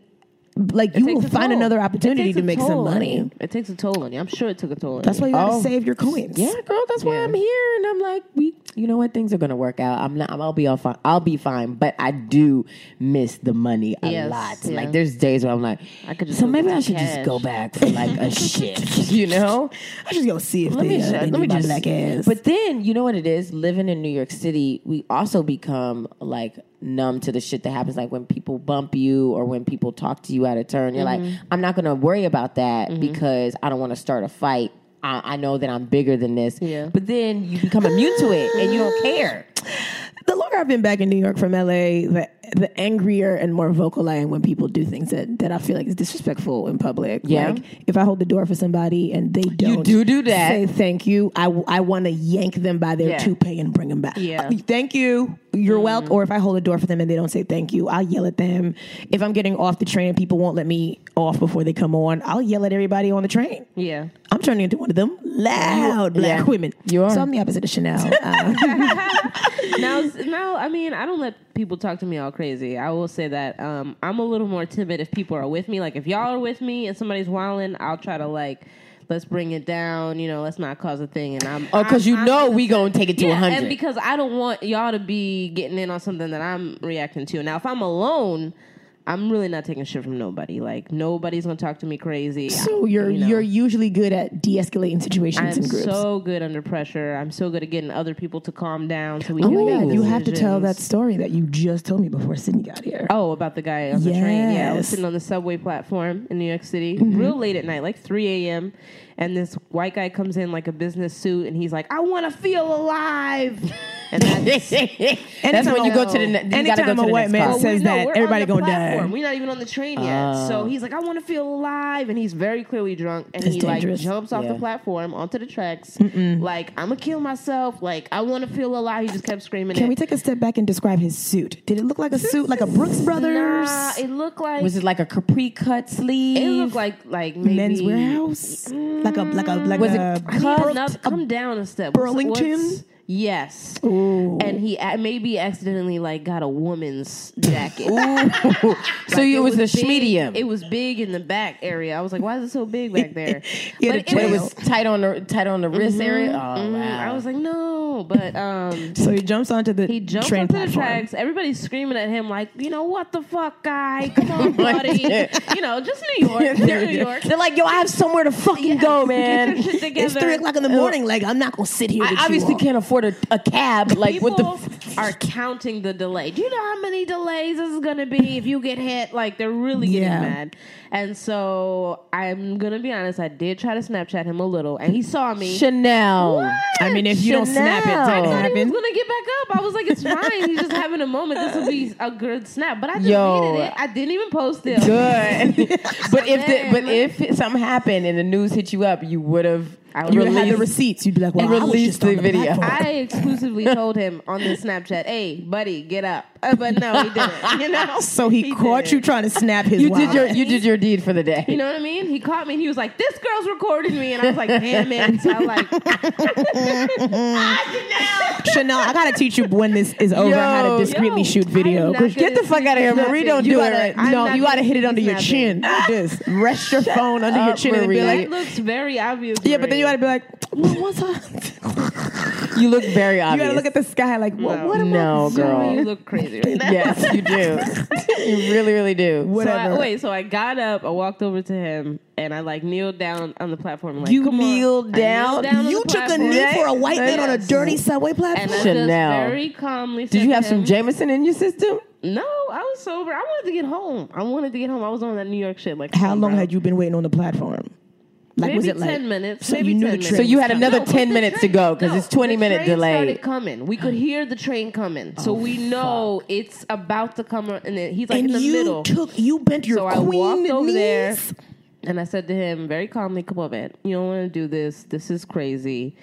Speaker 2: like you will
Speaker 3: takes a
Speaker 2: find
Speaker 3: toll.
Speaker 2: another
Speaker 3: It
Speaker 2: opportunity
Speaker 3: takes
Speaker 2: to
Speaker 3: a
Speaker 2: make some
Speaker 3: toll on
Speaker 2: money.
Speaker 3: you. It takes a toll on you. I'm sure it took a toll on
Speaker 2: That's why
Speaker 3: you.
Speaker 2: you gotta
Speaker 1: Oh.
Speaker 2: save your coins.
Speaker 1: Yeah, girl, that's why
Speaker 3: Yeah.
Speaker 1: I'm here, and I'm like, we, you know what, things are gonna work out. I'm not, I'm, I'll be all fine. I'll be fine, but I do miss the money a
Speaker 3: Yes,
Speaker 1: lot.
Speaker 3: yeah.
Speaker 1: Like, there's days where I'm like,
Speaker 3: I could just
Speaker 1: so
Speaker 3: go
Speaker 1: maybe
Speaker 3: get
Speaker 1: I
Speaker 3: some
Speaker 1: should just
Speaker 3: cash.
Speaker 1: go back for like a shift, you know?
Speaker 2: I just go see if
Speaker 1: Let
Speaker 2: they,
Speaker 1: me
Speaker 2: uh,
Speaker 1: just,
Speaker 2: they
Speaker 1: let
Speaker 2: need
Speaker 1: me
Speaker 2: my
Speaker 1: just
Speaker 2: black ass.
Speaker 1: But then you know what it is? Living in New York City, we also become like numb to the shit that happens. Like when people bump you or when people talk to you out of turn, you're like, I'm not gonna worry about that because I don't want to start a fight. I, I know that I'm bigger than this.
Speaker 3: Yeah.
Speaker 1: But then you become immune to it and you don't care.
Speaker 2: the longer I've been back in New York from LA, the the angrier and more vocal I am when people do things that, that I feel like is disrespectful in public.
Speaker 1: Yeah.
Speaker 2: Like if I hold the door for somebody and they don't
Speaker 1: do do that.
Speaker 2: say thank you, I, want to yank them by their
Speaker 3: Yeah.
Speaker 2: toupee and bring them back.
Speaker 3: Yeah.
Speaker 2: Uh, thank you. You're
Speaker 1: Mm-hmm.
Speaker 2: welcome. Or if I hold the door for them and they don't say thank you, I'll yell at them. If I'm getting off the train and people won't let me off before they come on, I'll yell at everybody on the train.
Speaker 3: Yeah,
Speaker 2: I'm turning into one of them loud black
Speaker 1: yeah.
Speaker 2: women.
Speaker 1: You are.
Speaker 2: So I'm the opposite of Chanel. Um,
Speaker 3: now, now, I mean, I don't let people talk to me all crazy. I will say that um, I'm a little more timid if people are with me. Like, if y'all are with me and somebody's wilding, I'll try to like, let's bring it down. You know, let's not cause a thing. And I'm
Speaker 1: Oh, because
Speaker 3: I'm-
Speaker 1: you
Speaker 3: I'm
Speaker 1: know
Speaker 3: gonna
Speaker 1: we
Speaker 3: say-
Speaker 1: gonna take it to a
Speaker 3: yeah,
Speaker 1: hundred.
Speaker 3: and because I don't want y'all to be getting in on something that I'm reacting to. Now, if I'm alone, I'm really not taking shit from nobody. Like, nobody's gonna talk to me crazy.
Speaker 2: So you're
Speaker 3: know.
Speaker 2: you are usually good at de-escalating situations
Speaker 3: I'm
Speaker 2: in groups.
Speaker 3: so good under pressure. I'm so good at getting other people to calm down. So we
Speaker 2: oh
Speaker 3: can
Speaker 2: my
Speaker 3: make
Speaker 2: god, you have to tell that
Speaker 3: decisions.
Speaker 2: story that you just told me before Sydney got here.
Speaker 3: Oh, about the guy on the train. Yeah, I was
Speaker 2: Yes. Mm-hmm.
Speaker 3: sitting on the subway platform in New York City, real late at night, like 3 a.m. And this white guy comes in like a business suit, and he's like, "I want to feel alive." And that's
Speaker 1: That's when you go to the ne- you gotta
Speaker 2: anytime
Speaker 1: go to
Speaker 2: a
Speaker 1: the
Speaker 2: white
Speaker 1: next
Speaker 2: man
Speaker 1: car.
Speaker 2: says- that everybody gonna die. Oh.
Speaker 3: We're not even on the train yet. so he's like, I want to feel alive, and he's very clearly drunk, and
Speaker 2: It's
Speaker 3: he
Speaker 2: dangerous.
Speaker 3: like jumps off
Speaker 1: Yeah.
Speaker 3: the platform onto the tracks, like I'm gonna kill myself, like I want to feel alive. He just kept screaming.
Speaker 2: Can
Speaker 3: it.
Speaker 2: we take a step back and describe his suit? Did it look like a suit, like a Brooks Brothers?
Speaker 3: Nah, it looked like
Speaker 1: was it like a capri cut sleeve?
Speaker 3: it looked like like maybe
Speaker 2: Men's warehouse, like a like a like
Speaker 1: Was it
Speaker 2: a
Speaker 1: cut?
Speaker 3: Come, up, come down a step.
Speaker 2: Burlington?
Speaker 3: What's- Yes. And he a- maybe accidentally like got a woman's jacket.
Speaker 1: so it was, a
Speaker 3: big-
Speaker 1: schmedium.
Speaker 3: It was big in the back area. I was like, why is it so big back there?
Speaker 2: He had a
Speaker 3: it
Speaker 1: but it
Speaker 2: tail.
Speaker 1: was tight on the tight on the wrist area. Oh
Speaker 3: Mm,
Speaker 1: wow!
Speaker 3: I was like, no, but um,
Speaker 2: So he jumps onto the
Speaker 3: he jumps
Speaker 2: train
Speaker 3: onto the
Speaker 2: platform.
Speaker 3: tracks. Everybody's screaming at him like, you know what the fuck, guy? Come on, buddy. you know, just New York, just New York.
Speaker 1: They're like, yo, I have somewhere to fucking go, man.
Speaker 3: Get your shit
Speaker 2: It's
Speaker 3: together.
Speaker 2: three o'clock in the morning. Like I'm not gonna sit here.
Speaker 1: I
Speaker 2: with you
Speaker 1: obviously
Speaker 2: all.
Speaker 1: can't afford a, a cab. Like,
Speaker 3: People
Speaker 1: what the? F-
Speaker 3: are counting the delay. Do you know how many delays this is going to be if you get hit? Like they're really getting
Speaker 2: Yeah.
Speaker 3: mad. And so I'm gonna be honest. I did try to Snapchat him a little, and he saw me.
Speaker 1: Chanel.
Speaker 2: I mean, if you don't snap it,
Speaker 1: Chanel.
Speaker 2: it
Speaker 1: I
Speaker 3: I thought he
Speaker 2: happen.
Speaker 3: was gonna get back up. I was like, it's fine. He's just having a moment. This will be a good snap. But I just
Speaker 1: Yo.
Speaker 3: needed it. I didn't even post it.
Speaker 1: Good, but if the, but
Speaker 3: Man.
Speaker 1: if something happened and the news hit you up, you would have
Speaker 2: You would
Speaker 1: released,
Speaker 2: have the receipts. You'd be like, well, I was
Speaker 1: released
Speaker 2: just on
Speaker 1: the video.
Speaker 2: platform.
Speaker 3: I exclusively told him on the Snapchat, "Hey, buddy, get up." Uh, but no, he didn't. You know.
Speaker 2: So he, caught
Speaker 3: didn't.
Speaker 2: you trying to snap his.
Speaker 1: You did
Speaker 2: wallet.
Speaker 1: your you did your deed for the day.
Speaker 3: You know what I mean? He caught me and he was like, This girl's recording me. And I was like, Damn it. So I'm like,
Speaker 2: Chanel. I gotta teach you when this is over. how
Speaker 1: Yo,
Speaker 2: to discreetly
Speaker 3: yo,
Speaker 2: shoot
Speaker 3: I am
Speaker 2: video.
Speaker 3: not
Speaker 2: 'Cause
Speaker 1: Get the fuck out of here, Marie. Don't
Speaker 2: you
Speaker 1: do
Speaker 2: gotta,
Speaker 1: it right.
Speaker 3: I'm
Speaker 2: No,
Speaker 3: not
Speaker 2: you gotta
Speaker 3: gonna
Speaker 2: hit it
Speaker 3: keep
Speaker 2: under your
Speaker 3: snapping.
Speaker 2: chin like this. Rest your phone under your
Speaker 1: up,
Speaker 2: chin and be
Speaker 1: Marie.
Speaker 2: like,
Speaker 3: That looks very obvious.
Speaker 2: yeah, but then you gotta be like, what was I?
Speaker 1: You look very obvious.
Speaker 2: You gotta look at the sky like, what,
Speaker 3: No.
Speaker 2: what am
Speaker 1: No,
Speaker 2: I
Speaker 1: girl.
Speaker 2: doing?
Speaker 3: you look crazy right now.
Speaker 1: Yes, you do. you really, really do.
Speaker 3: So I-
Speaker 2: Whatever.
Speaker 3: wait, so I got up, I walked over to him, and I like kneeled down on the platform. Like,
Speaker 1: You
Speaker 3: "Come on."
Speaker 1: kneeled
Speaker 3: I
Speaker 1: down?
Speaker 3: on
Speaker 2: you
Speaker 3: the
Speaker 2: took a
Speaker 3: platform,
Speaker 2: knee for a white man on a
Speaker 3: Yes.
Speaker 2: dirty subway
Speaker 3: And
Speaker 2: platform.
Speaker 3: I just
Speaker 1: Chanel.
Speaker 3: very calmly.
Speaker 1: Did
Speaker 3: said
Speaker 1: you
Speaker 3: to
Speaker 1: have some
Speaker 3: him,
Speaker 1: Jameson in your system?
Speaker 3: No, I was sober. I wanted to get home. I wanted to get home. I was on that New York shit. Like,
Speaker 2: How long had you been waiting on the platform? Like,
Speaker 3: Maybe
Speaker 2: was it like
Speaker 3: ten minutes.
Speaker 2: So
Speaker 3: maybe
Speaker 2: you knew
Speaker 3: 10
Speaker 2: the
Speaker 3: minutes.
Speaker 2: train
Speaker 1: So you had another
Speaker 3: No,
Speaker 1: 10
Speaker 3: the
Speaker 1: minutes
Speaker 3: train-
Speaker 1: to go because
Speaker 3: no,
Speaker 1: it's 20
Speaker 3: the
Speaker 1: minute
Speaker 3: train
Speaker 1: delay.
Speaker 3: started coming. We
Speaker 2: Oh,
Speaker 3: could hear the train coming, so we know it's about to come. And then he's like
Speaker 2: And
Speaker 3: in the
Speaker 2: you
Speaker 3: middle.
Speaker 2: took, you bent your
Speaker 3: so I
Speaker 2: queen
Speaker 3: walked over
Speaker 2: knees.
Speaker 3: there, and I said to him very calmly, "Come on, man. You don't want to do this. This is crazy."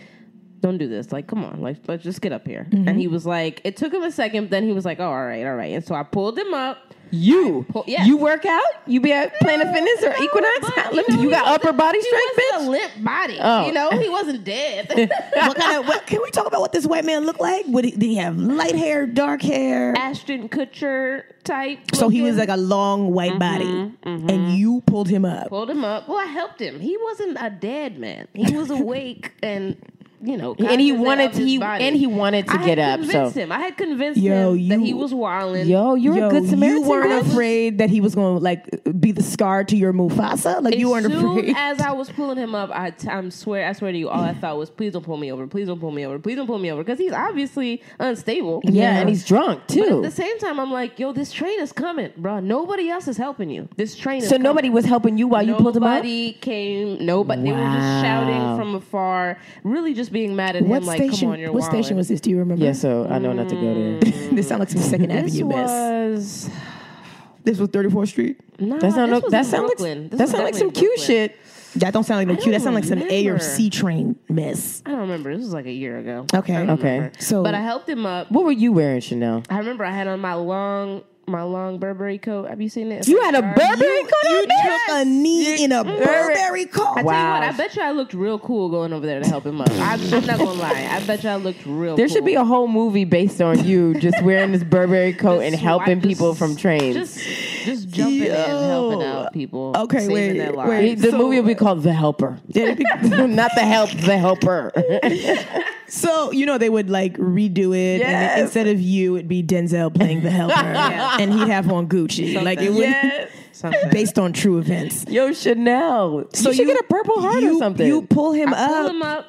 Speaker 3: Don't do this. Like, come on. Like, let's just get up here.
Speaker 1: Mm-hmm.
Speaker 3: And he was like, it took him a second. But then he was like, oh, all right, all right. And so I pulled him up.
Speaker 1: You,
Speaker 3: Well, yeah.
Speaker 1: you work out? You be at Planet Fitness or
Speaker 3: No,
Speaker 1: Equinox?
Speaker 3: but,
Speaker 1: How- let me-
Speaker 3: know,
Speaker 1: you
Speaker 3: he
Speaker 1: got upper
Speaker 3: wasn't-
Speaker 1: body
Speaker 3: he
Speaker 1: strength,
Speaker 3: wasn't
Speaker 1: bitch?
Speaker 3: A limp body.
Speaker 1: Oh.
Speaker 3: You know, he wasn't dead.
Speaker 2: what kind of? What, can we talk about what this white man looked like? Would he, did he have light hair, dark hair?
Speaker 3: Ashton Kutcher type.
Speaker 2: So he was
Speaker 3: looking.
Speaker 2: like a long white
Speaker 3: Mm-hmm,
Speaker 2: body, and you pulled him up.
Speaker 3: pulled him up. Well, I helped him. He wasn't a dead man. He was awake and you know,
Speaker 1: And he
Speaker 3: cognizant
Speaker 1: wanted
Speaker 3: of
Speaker 1: to-
Speaker 3: his
Speaker 1: he-
Speaker 3: body.
Speaker 1: and he wanted to
Speaker 3: I had
Speaker 1: get up, so-
Speaker 3: convinced him. I had convinced
Speaker 2: Yo,
Speaker 3: him that
Speaker 2: you-
Speaker 3: he was wilding.
Speaker 1: Yo, you're
Speaker 2: Yo,
Speaker 1: a good Samaritan.
Speaker 2: You weren't
Speaker 1: bitch.
Speaker 2: afraid that he was going to like be the scar to your Mufasa. Like
Speaker 3: As
Speaker 2: you weren't
Speaker 3: soon
Speaker 2: afraid.
Speaker 3: as I was pulling him up, I, t- I'm swear, I swear to you, all I thought was, "Please don't pull me over! Please don't pull me over! Please don't pull me over!" Because he's obviously unstable.
Speaker 1: Yeah,
Speaker 2: Yeah.
Speaker 1: and he's drunk
Speaker 3: But at
Speaker 1: too.
Speaker 3: the same time, I'm like, "Yo, this train is coming, bro. Nobody else is helping you. This train is
Speaker 1: So
Speaker 3: coming.
Speaker 1: nobody was helping you while you pulled him out?
Speaker 3: Nobody came. Nobody. They were just shouting
Speaker 1: Wow.
Speaker 3: from afar, really just being mad at
Speaker 2: what
Speaker 3: him. Like,
Speaker 2: station?
Speaker 3: come on, you're
Speaker 2: what
Speaker 3: wildin'." Mm-hmm.
Speaker 2: station was this? Do you remember?
Speaker 1: Yeah, so I know not to go there.
Speaker 2: this sounds like some Second
Speaker 3: This
Speaker 2: Avenue mess.
Speaker 3: was
Speaker 2: This was 34th Street.
Speaker 3: nah,
Speaker 1: That sound
Speaker 3: this
Speaker 1: like,
Speaker 3: was
Speaker 1: that
Speaker 3: in
Speaker 1: sound
Speaker 3: Brooklyn.
Speaker 1: like
Speaker 3: This
Speaker 1: that
Speaker 3: was
Speaker 1: sound like
Speaker 3: definitely
Speaker 1: some
Speaker 3: in
Speaker 1: cute
Speaker 3: Brooklyn.
Speaker 1: shit.
Speaker 2: That don't sound like no Q. That
Speaker 3: don't
Speaker 2: sound like some A or
Speaker 3: remember.
Speaker 2: C train mess.
Speaker 3: I don't remember. This was like a year ago.
Speaker 2: Okay.
Speaker 3: I don't
Speaker 1: Okay.
Speaker 3: remember.
Speaker 2: So-
Speaker 3: but I helped him up.
Speaker 1: What were you wearing, Chanel?
Speaker 3: I remember I had on my long, my long Burberry coat. Have you seen it? It's
Speaker 1: You had
Speaker 3: like
Speaker 1: a
Speaker 3: dark.
Speaker 1: Burberry coat on, bitch?
Speaker 2: Took a knee in a Burberry
Speaker 1: Wow.
Speaker 2: coat.
Speaker 3: Tell you what, I bet you I looked real cool going over there to help him up. I'm, I'm not gonna lie. I bet you I looked real.
Speaker 1: There should be
Speaker 3: cool.
Speaker 1: a whole movie based on you just wearing this Burberry coat and
Speaker 3: Just
Speaker 1: helping
Speaker 3: swi-
Speaker 1: people
Speaker 3: just-
Speaker 1: from trains.
Speaker 3: Just, just jumping in, helping out people.
Speaker 2: Okay,
Speaker 3: saving
Speaker 2: wait,
Speaker 3: their lives.
Speaker 2: wait.
Speaker 1: the
Speaker 2: so-
Speaker 1: movie will be called The Helper. Not the help, the helper.
Speaker 2: So you know they would like redo it,
Speaker 1: Yes.
Speaker 2: and instead of you, it'd be Denzel playing the helper, and he'd have on Gucci. Like it would
Speaker 3: Something.
Speaker 2: based on true events.
Speaker 1: Yo, Chanel. So you should get a purple heart
Speaker 2: you-
Speaker 1: or something.
Speaker 2: You pull him
Speaker 3: I pulled
Speaker 2: up.
Speaker 3: him up.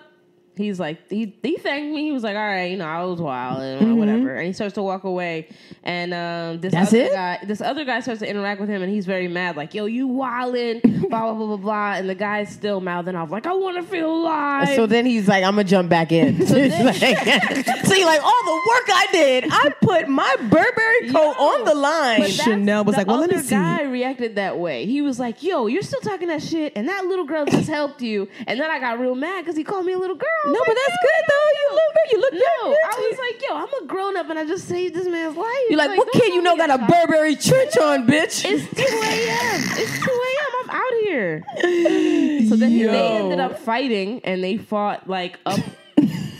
Speaker 3: He's like, he, he thanked me. He was like, all right, you know, I was wild and whatever. And he starts to walk away. And um, this
Speaker 1: Mm-hmm. That's
Speaker 3: other
Speaker 1: it?
Speaker 3: guy, this other guy starts to interact with him, and he's very mad, like, yo, you wildin', blah blah blah blah blah. And the guy's still mouthing off, like, I want to feel alive.
Speaker 1: so then he's like, I'm gonna jump back in. so,
Speaker 3: then-
Speaker 1: like, so you're like, all the work I did, I put my Burberry coat
Speaker 3: Yo,
Speaker 1: on the line.
Speaker 3: But that's-
Speaker 2: Chanel was
Speaker 3: the
Speaker 2: like, "Well, let me
Speaker 3: other
Speaker 2: see."
Speaker 3: guy reacted that way. He was like, "Yo, you're still talking that shit," and that little girl just helped you. And then I got real mad because he called me a little girl. I was
Speaker 1: no,
Speaker 3: like,
Speaker 1: but that's
Speaker 3: "Yo,
Speaker 1: good though. You look good. You look
Speaker 3: No,
Speaker 1: good.
Speaker 3: I was like, "Yo, I'm a grown up and I just saved this man's life."
Speaker 1: You're like, what
Speaker 3: don't
Speaker 1: kid you know
Speaker 3: call me
Speaker 1: got a
Speaker 3: child."
Speaker 1: Burberry trench on, bitch?
Speaker 3: It's 2 a.m. It's 2 a.m. I'm out here. So then he, they ended up fighting, and they fought like up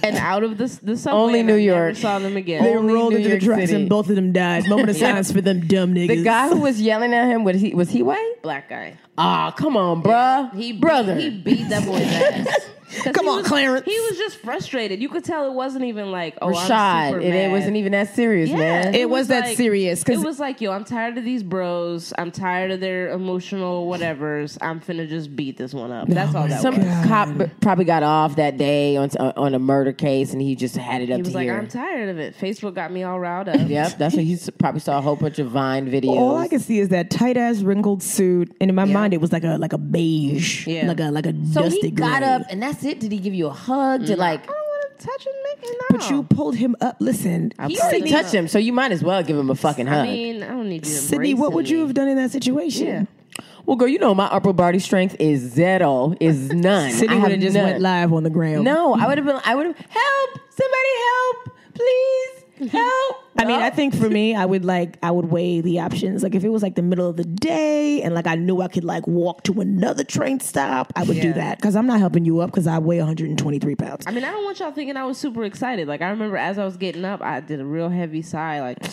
Speaker 3: and out of the the subway.
Speaker 1: Only
Speaker 3: and
Speaker 1: New
Speaker 3: I never
Speaker 1: York.
Speaker 3: saw them again.
Speaker 2: They
Speaker 1: Only
Speaker 2: rolled
Speaker 1: New
Speaker 2: into
Speaker 1: York
Speaker 2: the trucks
Speaker 1: City.
Speaker 2: and both of them died. Moment of silence for them dumb niggas.
Speaker 1: The guy who was yelling at him, what is he? Was he white?
Speaker 3: black guy.
Speaker 1: Ah, come on, bruh.
Speaker 3: He beat-
Speaker 1: brother.
Speaker 3: He beat that boy's ass. 'Cause
Speaker 2: Come
Speaker 3: he
Speaker 2: on,
Speaker 3: was-
Speaker 2: Clarence.
Speaker 3: He was just frustrated. You could tell it wasn't even like oh, I'm
Speaker 1: Rashad.
Speaker 3: super
Speaker 1: It, it
Speaker 3: mad.
Speaker 1: wasn't even that serious, man.
Speaker 2: It- was that serious, 'cause-
Speaker 3: it was like, yo, I'm tired of these bros. I'm tired of their emotional whatever's. I'm finna just beat this one up.
Speaker 2: Oh
Speaker 3: That's all that
Speaker 1: some
Speaker 3: was.
Speaker 1: cop b- probably got off that day on on a murder case, and he just had it up
Speaker 3: He was
Speaker 1: to
Speaker 3: like,
Speaker 1: here.
Speaker 3: I'm tired of it. Facebook got me all riled up.
Speaker 1: yep, that's what he s- probably saw a whole bunch of Vine videos.
Speaker 2: All I could see is that tight ass wrinkled suit, and in my mind it was like a like a beige,
Speaker 3: Yeah.
Speaker 2: like a like a
Speaker 1: so
Speaker 2: dusty
Speaker 1: he got
Speaker 2: gray.
Speaker 1: up, and that's it. Did he give you a hug? Did like
Speaker 3: I don't want to touch him, make no.
Speaker 2: But you pulled him up. Listen,
Speaker 1: he
Speaker 3: pulled
Speaker 1: already
Speaker 3: him
Speaker 1: touched
Speaker 3: up.
Speaker 1: him, so you might as well give him a fucking
Speaker 3: I
Speaker 1: hug.
Speaker 3: mean, I don't need you.
Speaker 2: Sydney, what would you have done in that situation?
Speaker 3: Yeah.
Speaker 1: well, girl, you know my upper body strength is zero, is none.
Speaker 2: Sydney
Speaker 1: I
Speaker 2: would
Speaker 1: have
Speaker 2: have just
Speaker 1: none.
Speaker 2: went live on the ground.
Speaker 1: No, I would have been. I would have help somebody help, please help.
Speaker 2: I mean, I think for me, I would like I would weigh the options. Like if it was like the middle of the day and like I knew I could like walk to another train stop, I would do
Speaker 3: Yeah.
Speaker 2: that because I'm not helping you up because I weigh 123 pounds.
Speaker 3: I mean, I don't want y'all thinking I was super excited. Like, I remember as I was getting up, I did a real heavy sigh, like,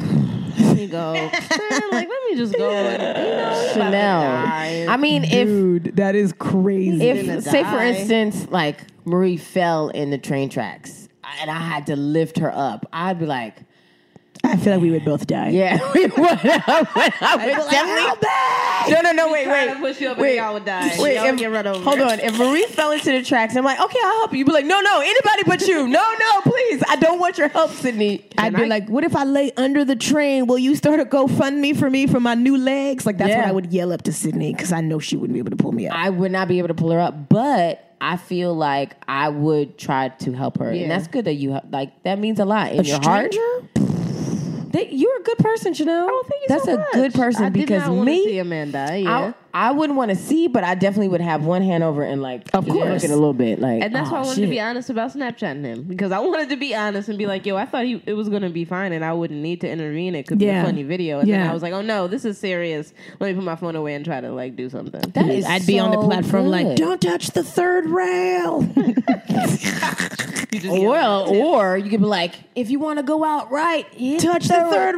Speaker 3: let me go. Man, like, let me just go. Like, you know, you about to die.
Speaker 1: Chanel. I mean, if
Speaker 2: Dude, that is crazy.
Speaker 3: gonna
Speaker 1: if say for
Speaker 3: die.
Speaker 1: instance, like Marie fell in the train tracks and I had to lift her up, I'd be like,
Speaker 2: I feel like we would both die.
Speaker 1: yeah, we would. I would, I would
Speaker 2: Like,
Speaker 1: definitely.
Speaker 2: "Help me!"
Speaker 1: No, no, no, wait,
Speaker 3: trying
Speaker 1: wait.
Speaker 3: to push you up and
Speaker 1: wait,
Speaker 3: y'all would die.
Speaker 1: Wait,
Speaker 3: Y'all would
Speaker 1: if-
Speaker 3: get run over.
Speaker 1: Hold on. If Marie fell into the tracks, I'm like, okay, I'll help you. You'd be like, no, no, anybody but you. No, no, please. I don't want your help, Sydney.
Speaker 2: I'd be like, what if I lay under the train? Will you start a GoFundMe for me for my new legs? Like, that's
Speaker 1: Yeah.
Speaker 2: what I would yell up to Sydney because I know she wouldn't be able to pull me up.
Speaker 1: I would not be able to pull her up, but I feel like I would try to help her,
Speaker 3: Yeah.
Speaker 1: and that's good that you hel- like that means a lot in your heart.
Speaker 2: stranger?
Speaker 1: That you're a good person, Chanel.
Speaker 3: Oh, thank you
Speaker 1: That's
Speaker 3: so
Speaker 1: a good
Speaker 3: much.
Speaker 1: person
Speaker 3: I did
Speaker 1: because
Speaker 3: not wanna see
Speaker 1: me,
Speaker 3: a man die, yeah.
Speaker 1: I, I wouldn't want to see, but I definitely would have one hand over and like of
Speaker 2: course.
Speaker 1: look it a little bit like,
Speaker 3: and that's
Speaker 1: oh,
Speaker 3: why I wanted
Speaker 1: shit.
Speaker 3: to be honest about Snapchatting him because I wanted to be honest and be like, "Yo, I thought he, it was gonna be fine and I wouldn't need to intervene. It could
Speaker 2: Yeah.
Speaker 3: be a funny video." And then
Speaker 2: Yeah.
Speaker 3: I was like, "Oh no, this is serious. Let me put my phone away and try to like do something."
Speaker 1: That is
Speaker 2: I'd be on the
Speaker 1: so
Speaker 2: platform like,
Speaker 1: good.
Speaker 2: don't touch the third rail.
Speaker 3: You just get-
Speaker 1: Well, or you could be like, if you want to go out right, hit
Speaker 2: Touch the third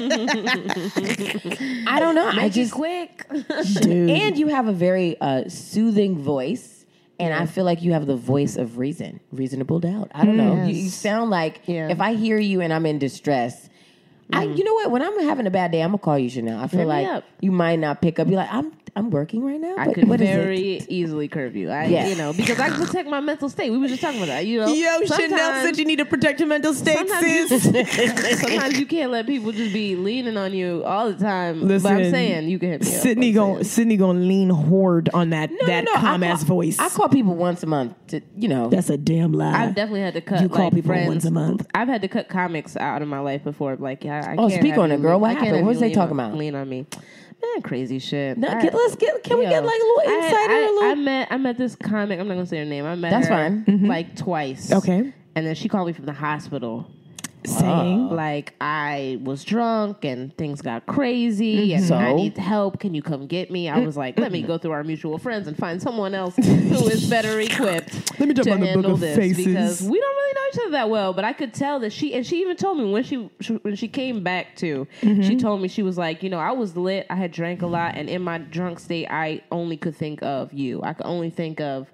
Speaker 1: rail. I don't know. I just
Speaker 3: quick.
Speaker 1: and you have a very uh, soothing voice and i feel like you have the voice of reason reasonable doubt i don't know you, you sound like
Speaker 3: Yeah. Mm.
Speaker 1: if i hear you and i'm in distress I, you know what? When I'm having a bad day, I'm gonna call you Chanel. I feel
Speaker 3: Hit me
Speaker 1: like
Speaker 3: up.
Speaker 1: you might not pick up. You're like, I'm, I'm working right now.
Speaker 3: I
Speaker 1: but
Speaker 3: could
Speaker 1: what is it?"
Speaker 3: very easily curb you. I,
Speaker 1: Yeah.
Speaker 3: you know, because I protect my mental state. We were just talking about that. You know,
Speaker 2: Yo, Chanel said
Speaker 3: sometimes-
Speaker 2: you need to protect your mental state,
Speaker 3: Sometimes
Speaker 2: sis.
Speaker 3: Sometimes you can't let people just be leaning on you all the time. but
Speaker 2: Listen,
Speaker 3: I'm saying you can hit me up.
Speaker 2: Sydney
Speaker 3: I'm
Speaker 2: gon' Sydney gonna lean hard on that that
Speaker 1: I
Speaker 2: calm
Speaker 1: call-
Speaker 2: ass voice.
Speaker 1: I call people once a month to, you know.
Speaker 2: That's a damn lie.
Speaker 3: I've definitely had to cut.
Speaker 2: You call
Speaker 3: like,
Speaker 2: people
Speaker 3: friends.
Speaker 2: once a month.
Speaker 3: I've had to cut comics out of my life before. Like, yeah, I
Speaker 1: Oh,
Speaker 3: can't
Speaker 1: speak
Speaker 3: have
Speaker 1: on
Speaker 3: you
Speaker 1: it, girl.
Speaker 3: lean-
Speaker 1: What
Speaker 3: I can't
Speaker 1: happened? What
Speaker 3: have you
Speaker 1: was they
Speaker 3: lean
Speaker 1: talking
Speaker 3: on-
Speaker 1: about?
Speaker 3: Lean on me, man. Crazy shit.
Speaker 1: No,
Speaker 3: I-
Speaker 1: get- let's get. Can we
Speaker 3: Yo,
Speaker 1: get like a little
Speaker 3: I-
Speaker 1: insight
Speaker 3: I,
Speaker 1: or a little?
Speaker 3: I met I met this comic. I'm not gonna say her name. I met
Speaker 1: That's
Speaker 3: her,
Speaker 1: fine. Mm-hmm.
Speaker 3: like twice.
Speaker 2: Okay.
Speaker 3: and then she called me from the hospital.
Speaker 2: Uh. saying
Speaker 3: Like I was drunk and things got crazy and I
Speaker 1: So?
Speaker 3: need help. Can you come get me? I was like, let me go through our mutual friends and find someone else who is better equipped.
Speaker 2: Let me jump
Speaker 3: to
Speaker 2: on the book
Speaker 3: handle
Speaker 2: of
Speaker 3: this
Speaker 2: faces.
Speaker 3: because we don't really know each other that well. But I could tell that she and she even told me when she, she when she came back too.
Speaker 1: Mm-hmm.
Speaker 3: She told me she was like, you know, I was lit. I had drank a lot, and in my drunk state, I only could think of you. I could only think of.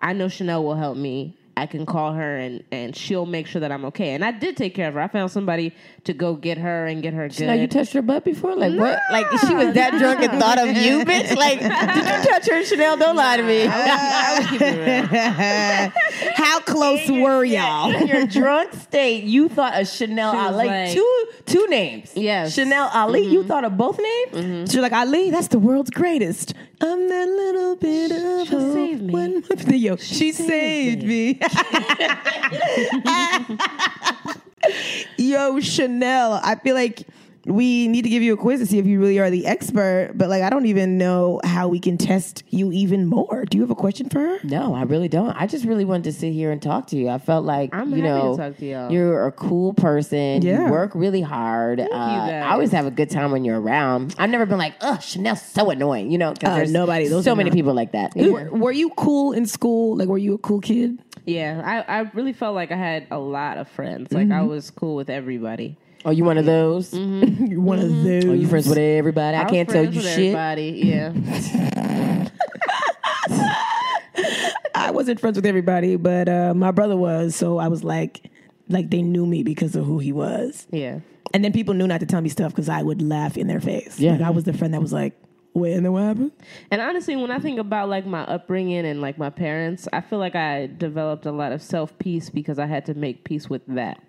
Speaker 3: I know Chanel will help me. I can call her and, and she'll make sure that I'm okay. And I did take care of her. I found somebody to go get her and get her good.
Speaker 1: Now you touched her butt before, like what? Like she was that drunk and thought of you, bitch. Like did you touch her, Chanel? Don't lie to me.
Speaker 3: I would keep it real.
Speaker 2: how close were y'all?
Speaker 1: In your drunk state, you thought of Chanel
Speaker 3: was
Speaker 1: Ali.
Speaker 3: like-
Speaker 1: two two names.
Speaker 3: Yes. Mm-hmm.
Speaker 1: Chanel Ali. You thought of both names.
Speaker 2: She's like, Ali, that's the world's greatest. I'm that little bit of
Speaker 3: She
Speaker 2: hope.
Speaker 3: saved me.
Speaker 2: When, yo, she, saved, me. yo, Chanel, I feel like we need to give you a quiz to see if you really are the expert, but like, I don't even know how we can test you even more. Do you have a question for her?
Speaker 1: No, I really don't. I just really wanted to sit here and talk to you. I felt like
Speaker 3: I'm
Speaker 1: you
Speaker 3: happy to
Speaker 1: know
Speaker 3: talk to y'all.
Speaker 1: you're a cool person. You
Speaker 2: Yeah.
Speaker 1: work really hard. Uh,
Speaker 3: guys.
Speaker 1: I always have a good time when you're around. I've never been like, oh, Chanel's so annoying. You know, 'cause
Speaker 2: Oh,
Speaker 1: there's
Speaker 2: nobody- those
Speaker 1: so
Speaker 2: are
Speaker 1: many
Speaker 2: not-
Speaker 1: people like that.
Speaker 2: Were, were you cool in school? Like, were you a cool kid?
Speaker 3: Yeah, I, I really felt like I had a lot of friends. Like
Speaker 1: Mm-hmm.
Speaker 3: I was cool with everybody.
Speaker 1: Oh, you one of those?
Speaker 2: You're one of those.
Speaker 1: Oh, you friends with everybody? I,
Speaker 3: was
Speaker 1: can't tell
Speaker 3: friends
Speaker 1: you
Speaker 3: with
Speaker 1: shit.
Speaker 3: Everybody, yeah.
Speaker 2: I wasn't friends with everybody, but uh, my brother was. So I was like, like they knew me because of who he was.
Speaker 3: Yeah.
Speaker 2: And then people knew not to tell me stuff because I would laugh in their face.
Speaker 1: Yeah.
Speaker 2: Like, I was the friend that was like, wait, and then what happened?
Speaker 3: And honestly, when I think about like my upbringing and like my parents, I feel like I developed a lot of self peace because I had to make peace with that.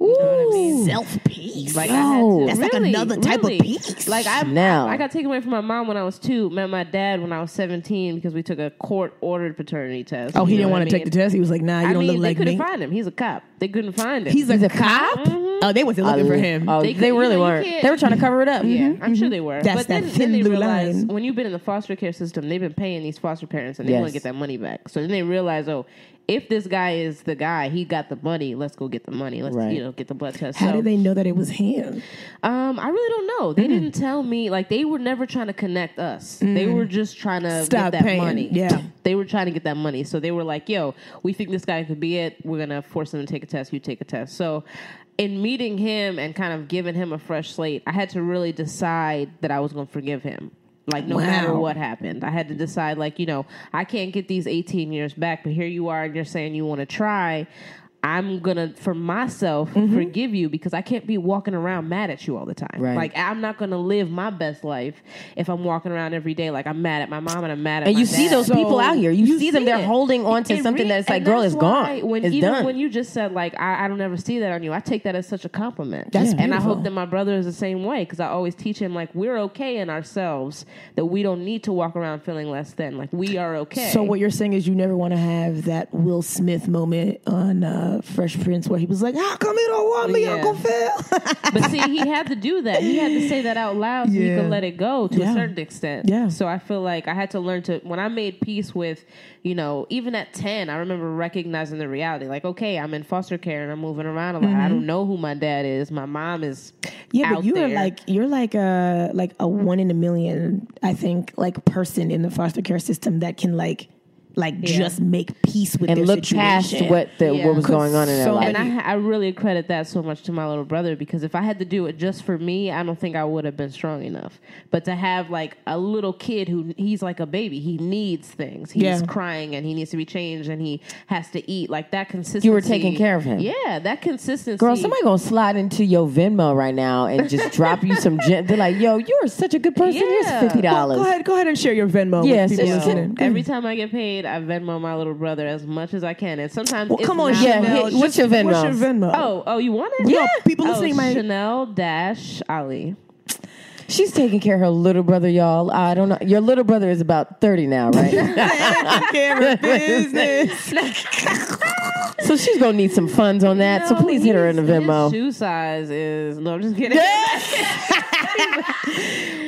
Speaker 2: Self peace.
Speaker 3: Like I had to,
Speaker 2: That's like
Speaker 3: really,
Speaker 2: another type of
Speaker 3: really.
Speaker 2: peace.
Speaker 3: Like I
Speaker 1: Now.
Speaker 3: I got taken away from my mom when I was two, met my dad when I was seventeen because we took a court ordered paternity test.
Speaker 2: oh, he
Speaker 3: You know
Speaker 2: didn't
Speaker 3: what
Speaker 2: want
Speaker 3: I
Speaker 2: to take the
Speaker 3: mean?
Speaker 2: test. He was like, nah, you
Speaker 3: I
Speaker 2: don't
Speaker 3: mean,
Speaker 2: look
Speaker 3: they
Speaker 2: like
Speaker 3: couldn't
Speaker 2: me.
Speaker 3: find him. He's a cop. They couldn't find him. Mm-hmm.
Speaker 2: He's a, cop? Oh, they wasn't looking for him.
Speaker 1: Oh, they,
Speaker 3: They- you know,
Speaker 1: really
Speaker 3: you
Speaker 1: weren't.
Speaker 3: can't-
Speaker 1: They were trying to cover it up.
Speaker 3: Yeah, I'm sure they were.
Speaker 2: Mm-hmm, That's
Speaker 3: but then,
Speaker 2: that
Speaker 3: then
Speaker 2: thin
Speaker 3: they
Speaker 2: blue
Speaker 3: realized
Speaker 2: line.
Speaker 3: when you've been in the foster care system, they've been paying these foster parents and they
Speaker 1: Yes.
Speaker 3: want to get that money back. So then they realize, oh, if this guy is the guy, he got the money. Let's go get the money. Let's
Speaker 1: Right.
Speaker 3: you know get the blood test.
Speaker 2: How
Speaker 3: so,
Speaker 2: did they know that it was him?
Speaker 3: Um, I really don't know. They didn't tell me. Like they were never trying to connect us. They were just trying to
Speaker 2: Mm. Stop
Speaker 3: get that
Speaker 2: paying.
Speaker 3: money.
Speaker 2: Yeah.
Speaker 3: they were trying to get that money. So they were like, "Yo, we think this guy could be it. We're gonna force him to take a test. You take a test." So, in meeting him and kind of giving him a fresh slate, I had to really decide that I was gonna forgive him. Like no matter
Speaker 2: Wow.
Speaker 3: what happened, I had to decide. Like you know, I can't get these eighteen years back, but here you are, and you're saying you want to try. I'm gonna, for myself,
Speaker 1: Mm-hmm.
Speaker 3: forgive you because I can't be walking around mad at you all the time.
Speaker 1: Right.
Speaker 3: Like I'm not gonna live my best life if I'm walking around every day like I'm mad at my mom and I'm mad at.
Speaker 1: And
Speaker 3: my
Speaker 1: you see
Speaker 3: dad.
Speaker 1: those people out here. You, see them. They're
Speaker 3: it.
Speaker 1: holding on to
Speaker 3: It
Speaker 1: something
Speaker 3: re-
Speaker 1: that's like,
Speaker 3: and
Speaker 1: girl,
Speaker 3: that's
Speaker 1: it's gone.
Speaker 3: why When
Speaker 1: it's
Speaker 3: even
Speaker 1: done.
Speaker 3: when you just said like, I, I don't ever see that on you, I take that as such a compliment.
Speaker 2: That's
Speaker 3: and I
Speaker 2: beautiful.
Speaker 3: hope that my brother is the same way because I always teach him like we're okay in ourselves that we don't need to walk around feeling less than like we are okay.
Speaker 2: So what you're saying is you never want to have that Will Smith moment on uh, Fresh Prince where he was like, "How come you don't want me,
Speaker 3: Yeah.
Speaker 2: Uncle Phil?"
Speaker 3: but see, he had to do that. He had to say that out loud so
Speaker 2: Yeah.
Speaker 3: he could let it go to
Speaker 2: Yeah.
Speaker 3: a certain extent.
Speaker 2: Yeah.
Speaker 3: So I feel like I had to learn to when I made peace with, you know, even at ten, I remember recognizing the reality. Like, okay, I'm in foster care and I'm moving around a lot. I don't know who my dad is. My mom is
Speaker 2: Mm-hmm. yeah,
Speaker 3: out
Speaker 2: but you are
Speaker 3: there.
Speaker 2: like you're like a like a one in a million, I think, like person in the foster care system that can like like just make peace with
Speaker 1: and
Speaker 2: their
Speaker 1: look
Speaker 2: situation. Oh,
Speaker 1: past what the,
Speaker 3: Yeah.
Speaker 1: what was going on in their
Speaker 2: So
Speaker 1: life.
Speaker 3: and I, I really credit that so much to my little brother because if I had to do it just for me, I don't think I would have been strong enough. But to have like a little kid who he's like a baby, he needs things. He's
Speaker 2: Yeah.
Speaker 3: crying and he needs to be changed and he has to eat. Like that consistency.
Speaker 1: You were taking care of him.
Speaker 3: Yeah, that consistency.
Speaker 1: Girl, somebody gonna slide into your Venmo right now and just drop you some. Gen- they're like, "Yo, you're such a good person. Here's
Speaker 3: Yeah.
Speaker 1: fifty
Speaker 2: Go
Speaker 1: dollars."
Speaker 2: ahead, go ahead and share your Venmo.
Speaker 1: Yes,
Speaker 2: with people
Speaker 1: it's-
Speaker 2: listening.
Speaker 1: Go
Speaker 3: Every time I get paid, I Venmo my little brother as much as I can, and sometimes
Speaker 2: Well,
Speaker 3: it's
Speaker 2: come on,
Speaker 3: not
Speaker 1: Yeah,
Speaker 2: Chanel.
Speaker 1: hit- what's your Venmo?
Speaker 2: What's your Venmo?
Speaker 3: Oh, oh, you want it?
Speaker 2: Yeah. No, people
Speaker 3: Oh,
Speaker 2: listening might-
Speaker 3: Chanel Dash Ali.
Speaker 1: She's taking care of her little brother, y'all. I don't know. Your little brother is about thirty now, right?
Speaker 2: Take care of business.
Speaker 1: so she's gonna need some funds on that. so
Speaker 3: No,
Speaker 1: please hit her in the
Speaker 3: his- his
Speaker 1: Venmo.
Speaker 3: shoe size is no. I'm just kidding.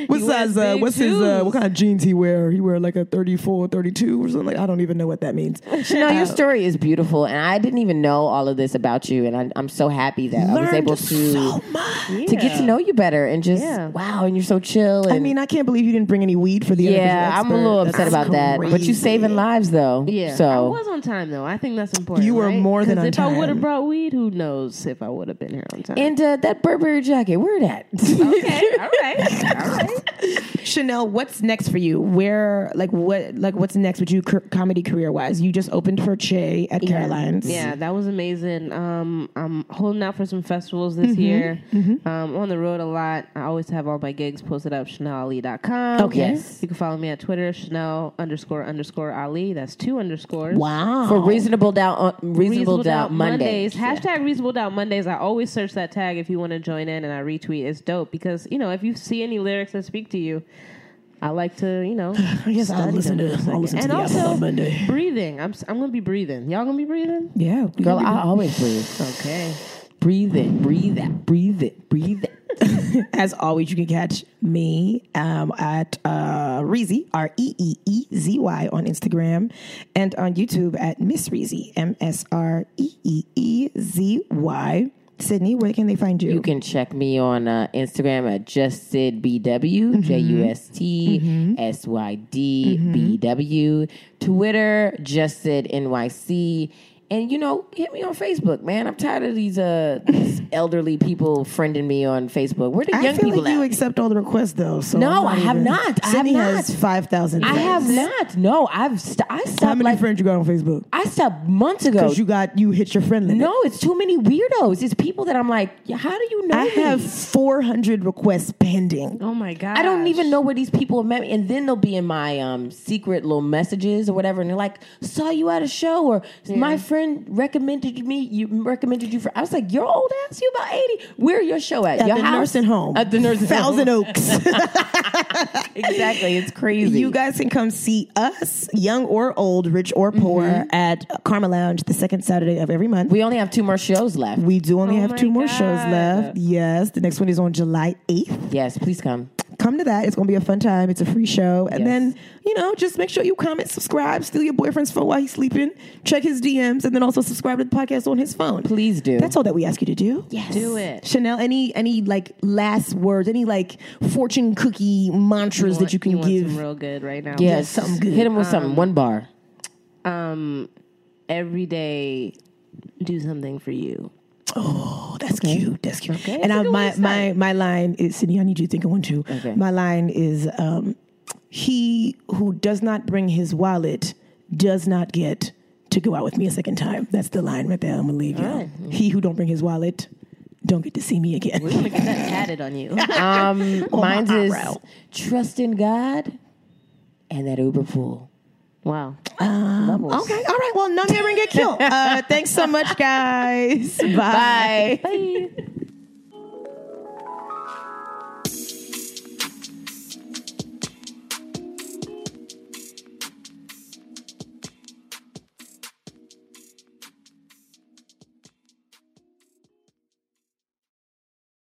Speaker 2: What
Speaker 3: He wears
Speaker 2: size? Uh,
Speaker 3: big
Speaker 2: what's his? Uh,
Speaker 3: shoes.
Speaker 2: what kind of jeans he wear? He wear like a 34, 32 or something. Like I don't even know what that means.
Speaker 1: No, your story is beautiful, and I didn't even know all of this about you, and I, I'm so happy that I was
Speaker 2: Learned
Speaker 1: able to
Speaker 2: so much.
Speaker 1: to get to know you better and just
Speaker 3: Yeah.
Speaker 1: wow, and you're so chill. And
Speaker 2: I mean, I can't believe you didn't bring any weed for the.
Speaker 1: yeah,
Speaker 2: Unofficial
Speaker 1: I'm a little
Speaker 2: Expert.
Speaker 1: upset
Speaker 2: That's
Speaker 1: about that, but
Speaker 2: crazy.
Speaker 1: you saving lives though.
Speaker 3: Yeah,
Speaker 1: so
Speaker 3: I was on time though. I think that's important.
Speaker 2: You were
Speaker 3: right?
Speaker 2: more than
Speaker 3: 'Cause
Speaker 2: on
Speaker 3: if If I would
Speaker 2: time.
Speaker 3: have brought weed, who knows if I would have been here on time?
Speaker 1: And uh, that Burberry jacket, where that?
Speaker 3: okay, all right, all right.
Speaker 2: Chanel, what's next for you? Where, like, what, like, what's next with you, cur- comedy career wise? You just opened for Che at Caroline's.
Speaker 3: Yeah, that was amazing. Um, I'm holding out for some festivals this
Speaker 1: Mm-hmm,
Speaker 3: year. Um, on the road a lot. I always have all my gigs posted up. ChanelAli.com.
Speaker 2: Okay.
Speaker 1: Yes.
Speaker 3: You can follow me at Twitter. Chanel underscore underscore Ali. That's two underscores.
Speaker 2: Wow.
Speaker 1: For reasonable doubt, on reasonable, doubt, Mondays.
Speaker 3: Hashtag Reasonable Doubt Mondays. I always search that tag if you want to join in and I retweet. It's dope because, you know, if you see any lyrics that speak to you, I like to, you know.
Speaker 2: I guess I'll
Speaker 3: study
Speaker 2: listen
Speaker 3: them
Speaker 2: to-
Speaker 3: for a
Speaker 2: I'll
Speaker 3: second.
Speaker 2: listen to
Speaker 3: And
Speaker 2: the album
Speaker 3: also,
Speaker 2: on Monday.
Speaker 3: breathing. I'm, s- I'm going to be breathing. Y'all going to be breathing?
Speaker 2: yeah,
Speaker 1: Girl, I always breathe.
Speaker 3: Okay.
Speaker 1: Breathe in, breathe out, breathe in, breathe in.
Speaker 2: As always, you can catch me um, at uh, Reezy, R E E E Z Y, on Instagram and on YouTube at Miss Reezy, M S R E E E Z Y. Sydney, where can they find you?
Speaker 1: You can check me on uh, Instagram at just Sid
Speaker 2: Mm-hmm.
Speaker 1: BW, J U S T S
Speaker 2: Mm-hmm.
Speaker 1: Y D B W. Twitter, just Sid NYC. And you know, hit me on Facebook, man. I'm tired of these uh these elderly people friending me on Facebook. Where the
Speaker 2: I
Speaker 1: young
Speaker 2: feel
Speaker 1: people
Speaker 2: like you
Speaker 1: at?
Speaker 2: accept all the requests though. So
Speaker 1: No,
Speaker 2: I'm
Speaker 1: I have
Speaker 2: even-
Speaker 1: not. I have
Speaker 2: Sydney
Speaker 1: not.
Speaker 2: has five thousand.
Speaker 1: I have not. No, I've st- I
Speaker 2: How
Speaker 1: stopped
Speaker 2: many
Speaker 1: like
Speaker 2: friends you got on Facebook?
Speaker 1: I stopped months ago.
Speaker 2: Because you got you hit your friend limit.
Speaker 1: no, it's too many weirdos. It's people that I'm like, how do you know?
Speaker 2: I
Speaker 1: me?
Speaker 2: have four hundred requests pending.
Speaker 3: Oh my god!
Speaker 1: I don't even know where these people have met me. And then they'll be in my um, secret little messages or whatever, and they're like, "Saw you at a show," or "My friend recommended me. You recommended you for." I was like, "Your old ass, you about eighty? Where your show at?
Speaker 2: At
Speaker 1: your
Speaker 2: the
Speaker 1: house?
Speaker 2: nursing home.
Speaker 1: At the nursing home.
Speaker 2: Thousand Oaks.
Speaker 1: Exactly. It's crazy.
Speaker 2: You guys can come see us, young or old, rich or poor, at Karma Lounge the second Saturday of every month.
Speaker 1: Mm-hmm.
Speaker 2: We,
Speaker 1: we only have two more shows left.
Speaker 2: do only
Speaker 3: Oh
Speaker 2: have
Speaker 3: my
Speaker 2: two more
Speaker 3: God.
Speaker 2: shows left. Yes, the next one is on July 8th.
Speaker 1: yes, please come.
Speaker 2: Come to that. It's going to be a fun time. It's a free show. And
Speaker 1: Yes.
Speaker 2: then, you know, just make sure you comment, subscribe, steal your boyfriend's phone while he's sleeping, check his DMs, and then also subscribe to the podcast on his phone.
Speaker 1: Please do.
Speaker 2: That's all that we ask you to do.
Speaker 1: yes.
Speaker 3: Do it.
Speaker 2: Chanel, any any like last words, any like fortune cookie mantras that you can
Speaker 3: want
Speaker 2: give?
Speaker 3: some real good right now.
Speaker 1: Yes,
Speaker 2: something good.
Speaker 1: Hit them with something. One bar.
Speaker 3: Um, every day, do something for you.
Speaker 2: Oh, that's cute. That's cute.
Speaker 1: Okay.
Speaker 2: And
Speaker 1: That's a
Speaker 2: I,
Speaker 1: good way
Speaker 2: my
Speaker 1: to
Speaker 2: my my line is Sydney. I need you to think of one too.
Speaker 1: Okay.
Speaker 2: My line is um, he who does not bring his wallet does not get to go out with me a second time. That's the line right there. I'm gonna leave you.
Speaker 1: All right.
Speaker 2: He who don't bring his wallet don't get to see me again.
Speaker 3: We're gonna get that tatted on you.
Speaker 1: Um, mine's is
Speaker 2: eyebrow.
Speaker 1: trust in God and that Uber pool.
Speaker 3: Wow.
Speaker 2: Okay. All right. Well, none here and get killed. Uh, thanks so much, guys. Bye.
Speaker 1: Bye.